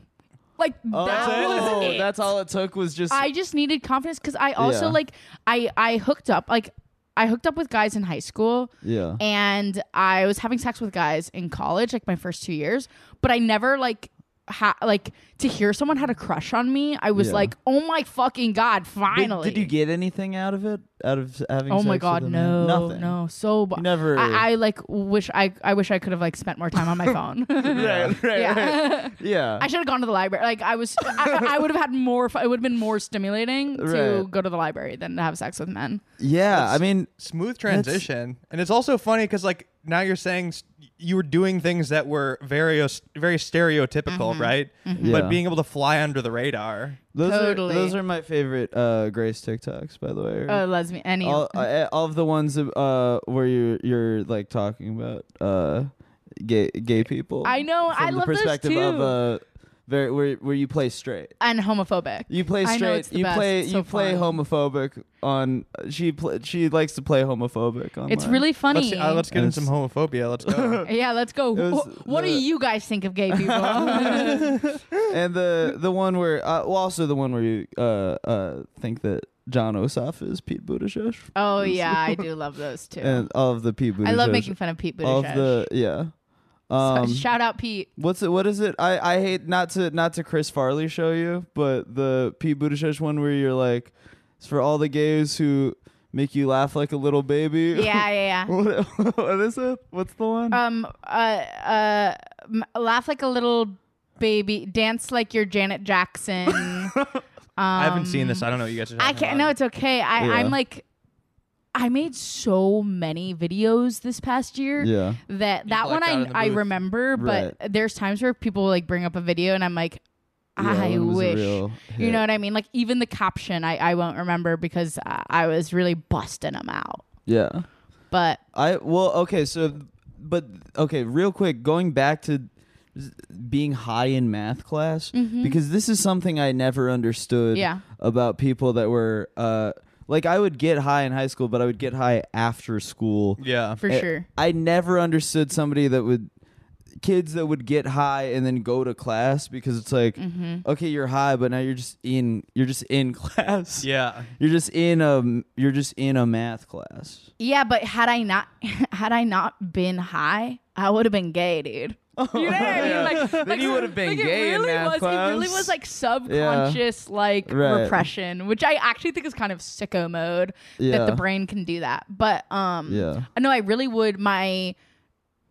C: Like
B: oh,
C: that was it.
B: that's all it took was just
C: I just needed confidence because I also
B: Yeah.
C: like I I hooked up like I hooked up with guys in high school
B: yeah.
C: and I was having sex with guys in college, like my first two years, but I never like ha- like to hear someone had a crush on me. I was
B: Yeah.
C: like, oh my fucking god,
B: Did-
C: finally!
B: Did, you get anything out of it? Out of having?
C: Oh
B: sex
C: my
B: with
C: god,
B: a
C: no,
B: man? nothing.
C: no, so bu-
B: You never-
C: I, I like wish I I wish I could have like spent more time on my phone.
B: Right, right, right.
C: yeah,
B: yeah.
C: I should have gone to the library. Like I was, I, I would have had more. fu- It would have been more stimulating to
B: Right.
C: go to the library than to have sex with men.
B: yeah, I mean,
A: smooth transition and it's also funny because like now you're saying s- you were doing things that were very os- very stereotypical
C: Mm-hmm.
A: right
B: Yeah.
A: but being able to fly under the radar
B: those
C: Totally.
B: are those are my favorite uh, Grace TikToks, by the way.
C: Uh, lesbian, any
B: all, uh, all of the ones uh, where you're you're like talking about uh, gay gay people.
C: I know,
B: From
C: I
B: the
C: love those
B: perspective
C: too.
B: of uh, very where where you play straight.
C: and homophobic.
B: You play
C: I
B: straight.
C: know it's the
B: you
C: best.
B: play
C: It's
B: you
C: so
B: play
C: fun.
B: homophobic on. She pl- she likes to play homophobic on.
C: It's really funny.
A: let's, uh, let's get in some homophobia let's go
C: Yeah, let's go.
B: uh, It was uh,
C: Wh- what do
B: the-
C: you guys think of gay people? Oh,
B: and the the one where uh, well also the one where you uh uh think that John Ossoff is Pete Buttigieg
C: oh yeah, I do love those too.
B: and all of the Pete Buttigieg.
C: I love making fun of Pete
B: all of
C: Buttigieg.
B: the yeah.
C: So,
B: Um,
C: Shout out Pete.
B: What's it? What is it? I, I hate not to not to Chris Farley show you, but the Pete Buttigieg one where you're like, it's for all the gays who make you laugh like a little baby.
C: Yeah, yeah, yeah.
B: what, what is it? What's the one?
C: Um, uh, uh, m- laugh like a little baby, dance like you're Janet Jackson. Um,
A: i haven't seen this i don't know what you guys are
C: I
A: talking
C: can't.
A: about.
C: No, it's okay. I,
B: Yeah.
C: I'm like, I made so many videos this past year.
B: yeah.
C: that that one
A: blacked out
C: I,
A: in the
C: I
A: booth.
C: remember but there's times where people like bring up a video and i'm like
B: Yeah, that
C: i
B: one was a
C: wish
B: real
C: you
B: hit.
C: know what i mean like even the caption i, I won't remember because I, I was really busting them out
B: Yeah.
C: but
B: I well okay so but okay real quick going back to z- being high in math class because this is something I never understood
C: Mm-hmm. Yeah.
B: about people that were uh Like I would get high in high school, but I would get high after school.
A: Yeah.
C: for
B: I-
C: sure.
B: I never understood somebody that would kids that would get high and then go to class because it's like
C: Mm-hmm.
B: okay you're high but now you're just in you're just in class
A: Yeah.
B: you're just in a you're just in a math class
C: Yeah, but had I not had I not been high, I would have been gay, dude. You know what I mean? Like, then
B: Oh, you would have been
C: It
B: gay in
C: really
B: math
C: was. It really was
B: class.
C: like subconscious, like
B: Right.
C: repression, which I actually think is kind of sicko mode
B: Yeah.
C: that the brain can do that. But um,
B: Yeah.
C: no, I really would. My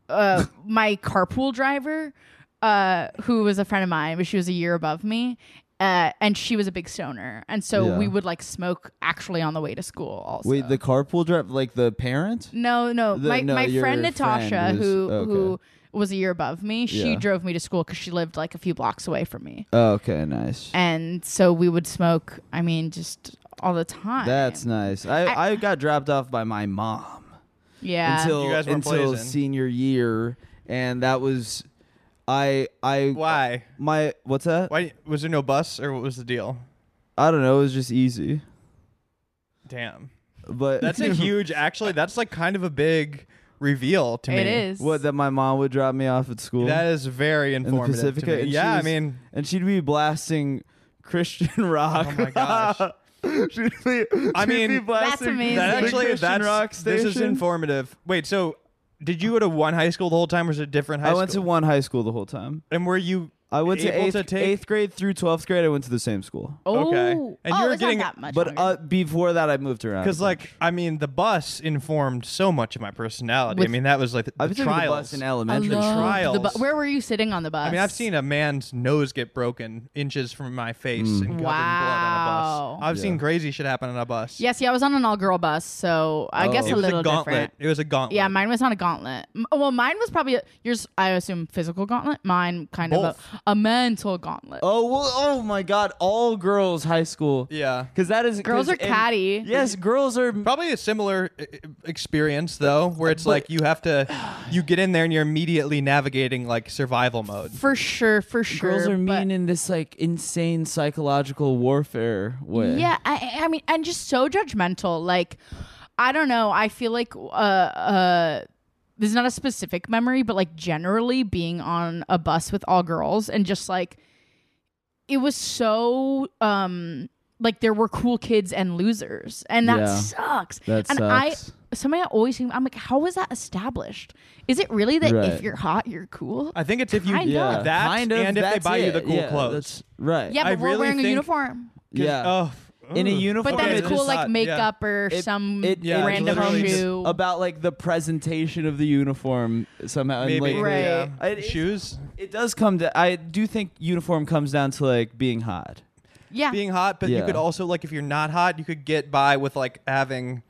C: uh, my carpool driver, uh, who was a friend of mine, but she was a year above me, uh, and she was a big stoner, and so
B: Yeah.
C: we would like smoke actually on the way to school. Also,
B: wait the carpool drive like the parent
C: no, no.
B: The-
C: my
B: no,
C: my
B: your
C: friend Natasha,
B: friend was-
C: who
B: okay.
C: who was a year above me, she
B: Yeah.
C: drove me to school because she lived like a few blocks away from me,
B: oh, okay nice
C: and so we would smoke. I mean, just all the time.
B: that's nice I, I
C: I-
B: got dropped off by my mom
C: yeah.
B: until
A: You guys weren't
B: until
A: blazing.
B: senior year and that was I I
A: Why?
B: my what's that
A: Why was there no bus or what was the deal?
B: I don't know it was just easy
A: Damn.
B: but
A: That's a huge actually that's like kind of a big reveal to me.
C: it is.
B: What that my mom would drop me off at school
A: That is very informative. to
B: Pacifica,
A: me.
B: and she
A: Yeah, I
B: was-
A: mean
B: and she'd be blasting Christian rock.
A: Oh my gosh.
B: she'd be,
A: I
B: she'd be
A: mean, That's
B: blasting
C: amazing.
A: that
B: the
A: actually
B: Christian
A: that's
B: rock
A: this is
B: station.
A: informative. Wait, so did you go to one high school the whole time or was it different high
B: I
A: school?
B: went to one high school the whole time.
A: And were you
B: I went to
A: able
B: eighth,
A: to take
B: eighth grade through twelfth grade. I went to the same school,
C: Oh,
A: okay.
C: oh,
A: And you're
C: it's
A: getting-
C: not that much.
B: but
C: longer.
B: uh, before that, I moved around.
A: Because
B: a
A: like
B: bunch.
A: I mean, the bus informed so much of my personality.
C: With-
A: I mean, that was like the,
B: I've
A: the
B: taken the
A: trials.
B: bus in
C: I
B: elementary.
C: love
B: school.
A: trials.
C: the bu- where were you sitting on the bus?
A: I mean, I've seen a man's nose get broken inches from my face and covered in blood on a
C: Wow.
A: bus. I've
B: Mm. Yeah.
A: seen crazy shit happen on a bus.
C: Yeah, see, I was on an all-girl bus, so I
B: Oh.
C: guess
A: it
C: a
A: was
C: little
A: a gauntlet.
C: different.
A: It was a gauntlet.
C: Yeah, mine was not a gauntlet. M- Well, mine was probably a, yours. I assume physical gauntlet. Mine kind of
A: Both.
C: a, a mental gauntlet.
B: Oh well, oh my God! All girls high school.
A: yeah.
B: because that is
C: Girls
B: 'cause-
C: are
B: and-
C: catty.
B: Yes, girls are.
A: Probably a similar uh, experience though, where it's like you have to, you get in there and you're immediately navigating like survival mode.
C: For sure, for sure.
B: Girls are
C: but-
B: mean in this like insane psychological warfare way.
C: Yeah, I, I mean, and just so judgmental. Like, I don't know. I feel like uh, uh, this is not a specific memory, but like generally being on a bus with all girls and just like it was so um like there were cool kids and losers, and that
B: Yeah.
C: sucks.
B: That
C: and
B: sucks.
C: I something I always think I'm like, how was that established? Is it really that
B: Right.
C: if you're hot, you're cool?
A: I think it's if you
C: Kind of.
B: Yeah,
A: that
B: kind of,
A: and if they
B: that's
A: buy you the
B: it.
A: cool
B: Yeah,
A: clothes.
B: That's right.
C: yeah, but
A: I
C: we're
A: really
C: wearing a
A: think-
C: uniform.
A: 'Cause-
B: yeah.
A: Oh,
B: In a
A: ugh.
B: uniform,
C: But then
B: it
C: it's
B: just
C: cool, like
A: hot, yeah.
C: makeup or
B: It-
C: some
B: it-
A: yeah, it's
C: random
A: literally just
C: shoe.
B: about like the presentation of the uniform somehow. and,
A: maybe
B: like,
C: Right.
A: yeah.
B: I- it's-
A: shoes.
B: It does come to. I do think uniform comes down to like being hot.
C: yeah,
A: being hot, but
B: Yeah.
A: you could also like if you're not hot, you could get by with like having,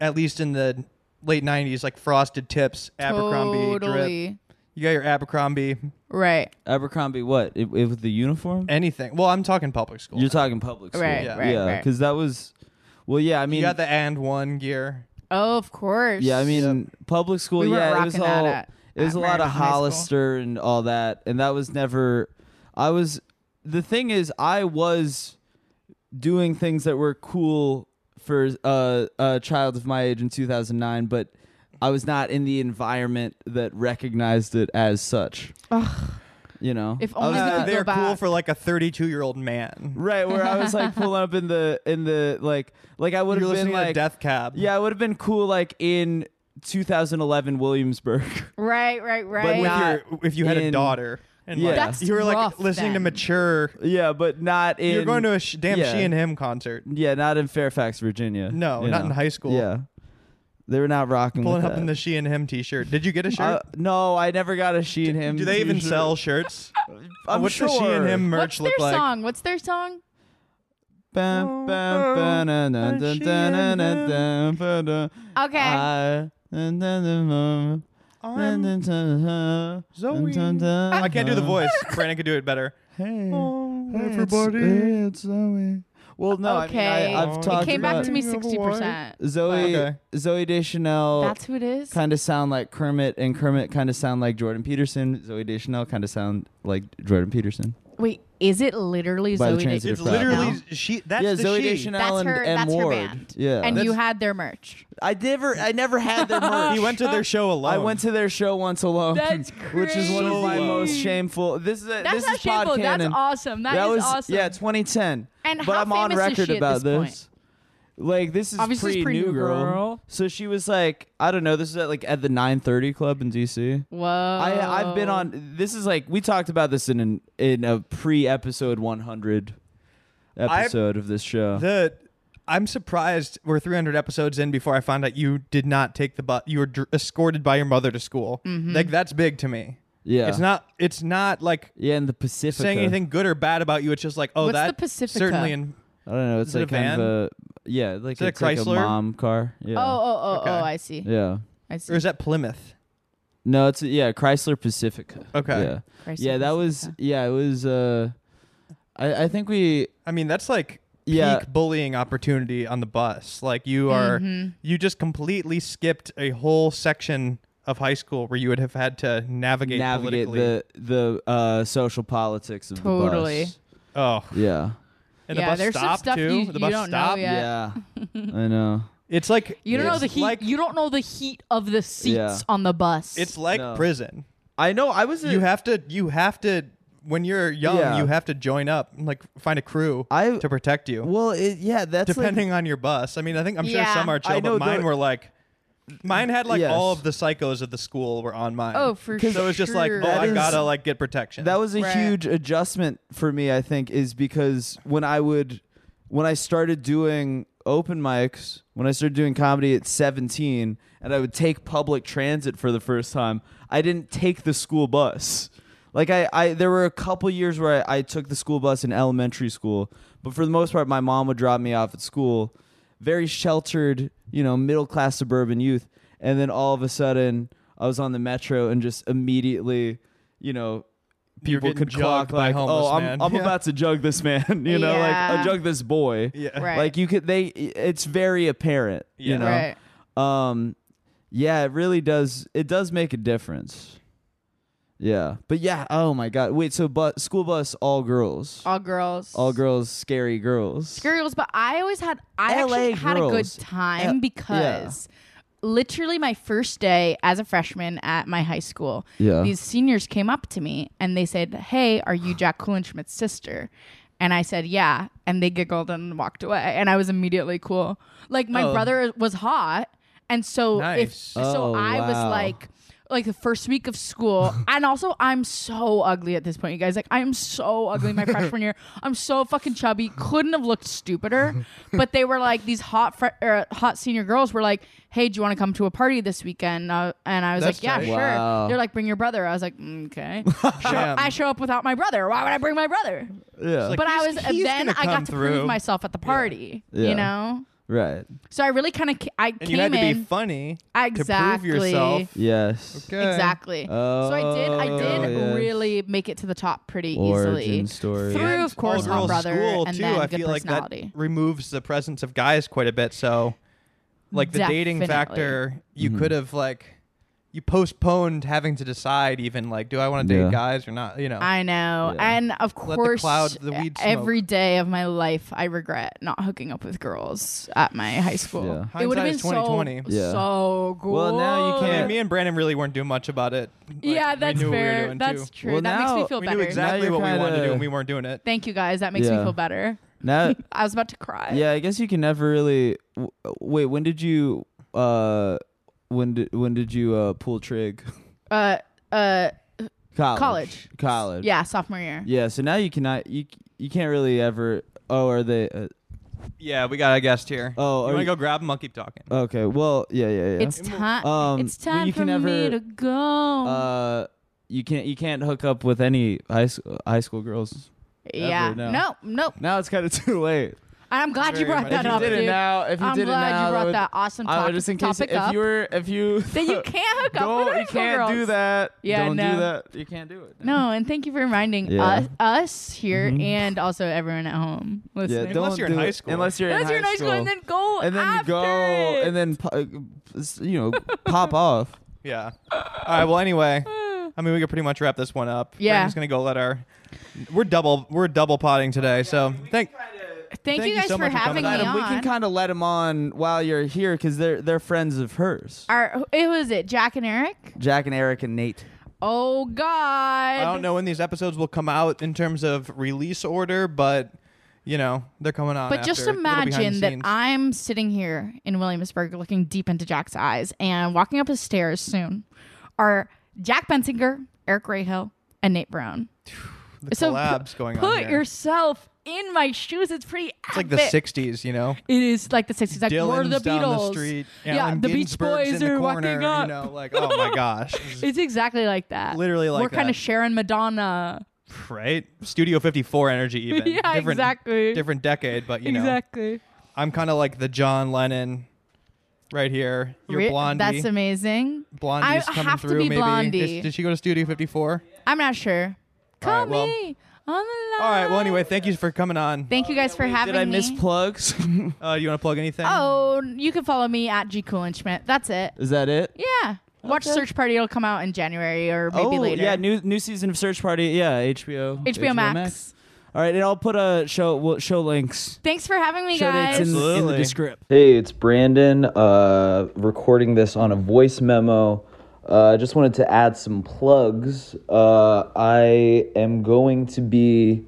A: at least in the late '90s, like frosted tips, Abercrombie drip.
C: totally
A: You got your Abercrombie,
C: right,
B: Abercrombie, what it, it, with the uniform?
A: anything. Well, I'm talking public school.
B: You're talking public school,
C: right,
A: Yeah.
C: right,
B: yeah,
C: right.
B: because that was. Well, yeah, I mean,
A: you got the and one gear.
C: Oh, of course.
B: Yeah, I mean public school.
C: We weren't
B: yeah, it was
C: rocking that
B: all.
C: at-
B: it was
C: at
B: a lot of
C: Meriden High School.
B: Hollister and all that, and that was never. I was. The thing is, I was doing things that were cool for uh, a child of my age in 2009, but I was not in the environment that recognized it as such.
C: Ugh.
B: You know,
C: If
B: I was
C: only we
B: not-
C: could go
A: they're cool
C: back.
A: for like a 32 year old man.
B: right where I was like pulling up in the in the like like I would
A: You're
B: have been
A: listening to
B: like
A: Death Cab.
B: yeah, I would have been cool like in 2011 Williamsburg.
C: right, right, right.
B: with
A: with
B: not
A: your if you had a
B: in-
A: daughter. And
B: Yeah.
A: like,
B: That's
A: you were
C: rough
A: like listening to
C: then.
A: mature.
B: Yeah, but not in.
A: You're going to a sh- damn
B: yeah.
A: she and him concert.
B: Yeah, not in Fairfax, Virginia.
A: No,
B: you
A: not
B: know.
A: in high school.
B: Yeah, they were not rocking.
A: Pulling
B: with
A: up in the
B: that.
A: she and him t-shirt. Did you get a shirt?
B: Uh, no, I never got a she and him.
A: Do they even
B: t-shirt.
A: sell shirts?
B: I'm
A: What's
B: sure.
A: the she and him
C: What's
A: merch
C: their
A: look like?
C: song? What's their song?
B: Bam, bam, bam, dun, dun, dun, dun, dun, dun, dun, dun, dun.
C: Okay.
B: I- dun, dun, dun, dun, dun, dun, dun, dun,
A: Zoe.
B: dun, dun,
A: I can't do the
B: dun.
A: voice. Oh, Brandon could do it better.
B: Hey, hey, it's-
A: everybody.
B: hey, it's Zoe. Well, no, I
C: Okay.
B: mean, I, I've
A: It
B: talked
C: it came back
B: about
C: to me
A: Talking about-
C: sixty percent.
B: Zoe,
A: Okay.
B: Zoe Deschanel.
C: That's who it is.
B: kind of sound like Kermit, and Kermit kind of sound like Jordan Peterson. Zoe Deschanel kind of sound like Jordan Peterson.
C: Wait, is it literally
B: By the
C: Zoe?
B: Transitive
A: It's
B: Crowd.
A: literally
C: No.
A: she. That's
B: yeah,
A: the
B: Zoe
A: she.
B: Deschanel
F: That's
B: and,
F: her-
B: and
F: that's her
B: Ward.
F: band.
B: Yeah,
C: and
B: That's-
C: you had their merch.
B: I never, I never had their merch.
A: He went to their show alone.
B: I went to their show once alone,
C: That's
B: which is one of my
A: crazy.
B: most shameful. This is a,
C: That's
B: this
C: not
B: is pod
C: shameful. That's
B: canon.
C: awesome.
B: that
C: is
B: was
C: awesome.
B: yeah, 2010.
C: And
B: but
C: how
B: I'm on
C: famous is
B: record
C: she at
B: about
C: this point?
B: Like this is
G: Obviously, it's
B: pre
G: pretty
B: new
G: New
B: girl.
G: Girl.
B: So she was like, I don't know. This is at like at the 9:30 club in DC.
C: Whoa.
B: I I've
C: Oh.
B: been on. This is like we talked about this in an, in a pre episode 100 episode of this show.
A: The I'm surprised we're 300 episodes in before I found out you did not take the bus. You were dr- escorted by your mother to school. Like that's big to me.
B: yeah,
A: It's not. It's not like
B: Yeah, in the Pacific.
A: saying anything good or bad about you. It's just like oh
C: What's
A: that
C: the Pacifica?
A: certainly in
B: I don't know. It's
A: Is it a
B: like kind
A: van?
B: of a yeah, like
A: Is it a
B: it's like a
A: Chrysler?
B: mom car. Yeah.
C: Oh, oh, oh,
A: Okay.
C: oh! I see.
B: Yeah.
C: I
A: or
C: see.
A: is that Plymouth?
B: No, it's yeah, Chrysler Pacifica.
A: Okay.
B: Yeah.
C: Christ,
B: yeah, that was yeah, it was uh I I think we
A: I mean that's like
B: yeah,
A: peak bullying opportunity on the bus. Like you are
C: Mm-hmm.
A: you just completely skipped a whole section of high school where you would have had to navigate,
B: navigate
A: politically.
B: the the uh social politics of
C: Totally.
B: the bus.
A: oh
B: Yeah.
A: and
C: Yeah,
A: the bus
C: there's some
A: stop
C: stuff
A: too.
C: you-
A: the
C: you
A: bus
C: don't know
A: stop.
C: yet. Yeah.
B: I know.
A: It's like
C: You don't know
A: it's
C: the heat.
A: Like,
C: you don't know the heat of the seats
B: Yeah.
C: on the bus.
A: it's like
B: No.
A: prison.
B: I know I was
A: You have to you have to when you're young
B: Yeah.
A: you have to join up and like find a crew
B: I
A: to protect you.
B: well, it, yeah, that's like-
A: depending on your bus. I mean, I think I'm
C: Yeah.
A: sure some are
B: I
A: chill,
B: know
A: but mine
B: the-
A: were like mine had like
B: Yes.
A: all of the psychos of the school were on mine.
C: oh, for sure.
B: 'Cause
A: So it's just like, oh,
B: That
A: I
B: is-
A: gotta like get protection.
B: That was a
C: Right.
B: huge adjustment for me, I think, is because when I would when I started doing open mics, when I started doing comedy at 17 and I would take public transit for the first time, I didn't take the school bus. Like I, I there were a couple years where I, I took the school bus in elementary school, but for the most part my mom would drop me off at school. Very sheltered, you know, middle class suburban youth. And then all of a sudden I was on the metro and just immediately, you know,
A: You're
B: people
A: getting
B: could clock
A: jugged by
B: like,
A: homeless
B: oh, I'm,
A: man."
B: I'm
A: Yeah.
B: about to jug this man, you know, like
C: Yeah.
B: I jug this boy.
A: yeah.
C: Right.
B: Like you could, they, it's very apparent, you
A: Yeah.
B: know.
C: Right.
B: Um, yeah, it really does. It does make a difference. Yeah, but yeah. Oh my God. Wait. So, but school bus, all girls, all,
C: All girls.
B: girls, scary girls.
C: Scary girls, but I always had I
B: LA
C: actually had a good
B: girls.
C: time
B: L-
C: because literally my first day as a freshman at my high school,
B: Yeah.
C: these seniors came up to me and they said, Hey, are you Jack Kulenschmidt's sister? And I said, Yeah. And they giggled and walked away. And I was immediately cool. Like my
A: Oh.
C: brother was hot. And so if
A: Nice.
C: so
B: Oh,
C: I was
B: wow.
C: like like the first week of school and also I'm so ugly at this point you guys like I'm so ugly my freshman year I'm so fucking chubby couldn't have looked stupider but they were like these hot fre- er, hot senior girls were like hey do you want to come to a party this weekend uh, and I was
A: That's
C: like yeah
A: nice.
C: sure
B: Wow.
C: they're like bring your brother I was like "Mm, okay Show-
A: Damn.
C: I show up without my brother why would I bring my brother
B: yeah.
A: Like,
C: but I
A: he's-
C: was
A: he's
C: then
A: gonna
C: I
A: come
C: got to
A: through.
C: prove myself at the party
B: Yeah.
C: you know
B: right.
C: so I really kind of ca- I
A: And
C: came
A: you had to
C: in
A: be funny to prove
C: Exactly.
A: yourself.
B: Yes.
A: Okay.
C: Exactly. so I did. I did
B: Oh, yes.
C: really make it to the top pretty
B: Origin
C: easily
B: story.
C: through,
A: And
C: of course,
A: all-girls
C: my brother,
A: school,
C: and
A: too.
C: then
A: I
C: good
A: feel like that
C: personality.
A: removes the presence of guys quite a bit. So, like the dating
C: Definitely.
A: factor, you could have like you postponed having to decide even like, do I want to date
B: Yeah.
A: guys or not? You know,
C: I know,
B: Yeah.
C: and of
A: Let the
C: course,
A: cloud- the weed
C: every day of my life, I regret not hooking up with girls at my high school.
B: Yeah.
C: It would have
A: Hindsight
C: been
A: is
C: so
A: 2020.
B: Yeah.
C: so cool.
B: Well, now you
A: I mean,
B: can't-
A: me and Brandon really weren't doing much about it. Like,
C: yeah,
A: we
C: that's
A: knew what we were
C: fair.
A: doing,
C: that's
A: too.
C: true.
B: Well,
C: that
B: now-
C: makes me feel
A: We
C: better.
A: knew exactly
B: you're
A: what we wanted to
B: kinda-
A: do, and we weren't doing it.
C: Thank you guys. That makes me
B: Yeah.
C: feel better.
B: Now,
C: I was about to cry.
B: yeah, I guess you can never really. W- wait, when did you? Uh, when did when did you uh pull trig?
C: Uh, uh,
B: College.
C: College.
B: College.
C: yeah, sophomore year.
B: Yeah. So now you cannot. You you can't really ever. Oh, are they? Uh,
A: Yeah, we got a guest here.
B: Oh,
A: you
B: are
A: want to
B: you-
A: go grab him? I'll keep talking.
B: okay. Well. Yeah. Yeah. Yeah.
C: It's time.
B: Um,
C: it's
B: well,
C: time
B: you
C: for
B: can
C: me
B: never-
C: to go.
B: uh, you can't you can't hook up with any high school high school girls.
C: yeah.
B: ever, no.
C: No. Nope.
B: Now it's kind of too late.
C: And I'm glad you
A: Very
C: brought
A: much.
C: that
B: if
C: up,
B: you did
C: dude.
B: it now, if you
C: I'm
B: did
C: glad
B: it now,
C: you
B: that
C: brought
B: would,
C: that awesome
B: I would
C: topic,
B: just in case
C: topic
B: if
C: up.
B: you were if you
C: that you can't hook up with
B: don't
C: high
B: you
C: school
B: can't
C: girls.
B: do that.
C: Yeah,
B: don't do
C: no.
B: that. You can't do it.
C: No, and thank you for reminding
B: Yeah. Mm-hmm.
C: us, us here and also everyone at home listening.
B: Yeah,
A: Unless
B: don't
A: you're in
B: do
A: high
B: it.
A: school.
B: Unless you're
C: That's
B: in
C: your
B: high
C: nice
B: school,
C: one, and then go
B: and then you
C: after
B: go,
C: it.
B: and then po- uh, you know, pop off.
A: Yeah. All right. Well, anyway, I mean, we could pretty much wrap this one up.
C: Yeah.
A: we're just gonna go let our. We're double. We're double potting today. so thank.
C: Thank,
A: Thank
C: you
A: you
C: guys
A: so
C: for
A: much for
C: having
A: coming
C: me on.
A: on.
H: we can kind of let him on while you're here because they're they're friends of hers.
C: Our, who was it? Jack and Eric?
H: Jack and Eric and Nate.
C: Oh God!
A: I don't know when these episodes will come out in terms of release order, but you know they're coming on.
C: But just
A: after. It'll be behind the
C: imagine that
A: scenes.
C: I'm sitting here in Williamsburg looking deep into Jack's eyes and walking up his stairs soon are Jack Bensinger, Eric Rahill, and Nate Brown.
A: the collabs going
C: put
A: on. here.
C: yourself in my shoes. It's pretty
A: it's like the '60s, you know.
C: It is like the 60s. Like, we're
A: Dylan's
C: the Beatles.
A: down the street.
C: yeah,
A: Allen
C: the Beach
A: Ginsberg's
C: Boys
A: in the
C: are
A: corner,
C: walking up.
A: You know, like oh my gosh, This is
C: It's exactly like that.
A: Literally like
C: We're kind of
A: that.
C: sharing Madonna.
A: right? Studio 54 energy, even.
C: Yeah,
A: different,
C: exactly.
A: Different decade, but you know,
C: exactly.
A: I'm kind of like the John Lennon, right here. You're
C: Re-
A: Blondie.
C: That's amazing.
A: Blondie's
C: I
A: coming
C: have to
A: through.
C: be
A: maybe
C: Blondie.
A: Is- did she go to Studio 54?
C: I'm not sure. Call
A: right, well-
C: me on the line.
A: All right. Well, anyway, Oh, thank you for coming on.
C: Thank you guys for having
H: Did I
C: me.
H: miss plugs?
A: Uh, you want to plug anything?
C: Oh, you can follow me at G Cool and Schmidt. That's it.
H: Is that it?
C: Yeah. Watch
H: Okay.
C: Search Party. It'll come out in January or maybe
H: oh,
C: later.
H: yeah, new new season of Search Party. Yeah, HBO.
C: HBO, Max.
H: All right, and I'll put a show we'll show links.
C: Thanks for having me,
H: Show
C: guys.
H: links in, in the
A: Absolutely.
H: description.
B: Hey, it's Brandon, uh, recording this on a voice memo. Uh, just wanted to add some plugs. Uh, I am going to be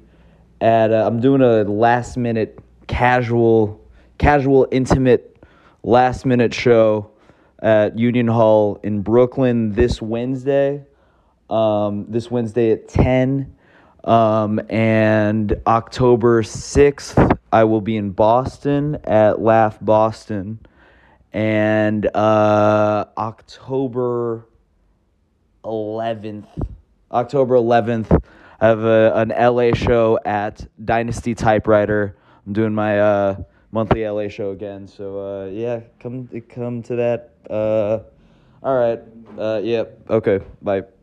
B: at, uh, I'm doing a last minute casual, casual, intimate, last minute show at Union Hall in Brooklyn this Wednesday. Um, this Wednesday at 10. Um, and October 6th, I will be in Boston at Laugh Boston. And uh, October 11th, October 11th, I have a, an LA show at Dynasty Typewriter. I'm doing my uh, monthly LA show again. So uh, yeah, come come to that. Uh, all right. Uh, yep. okay. Bye.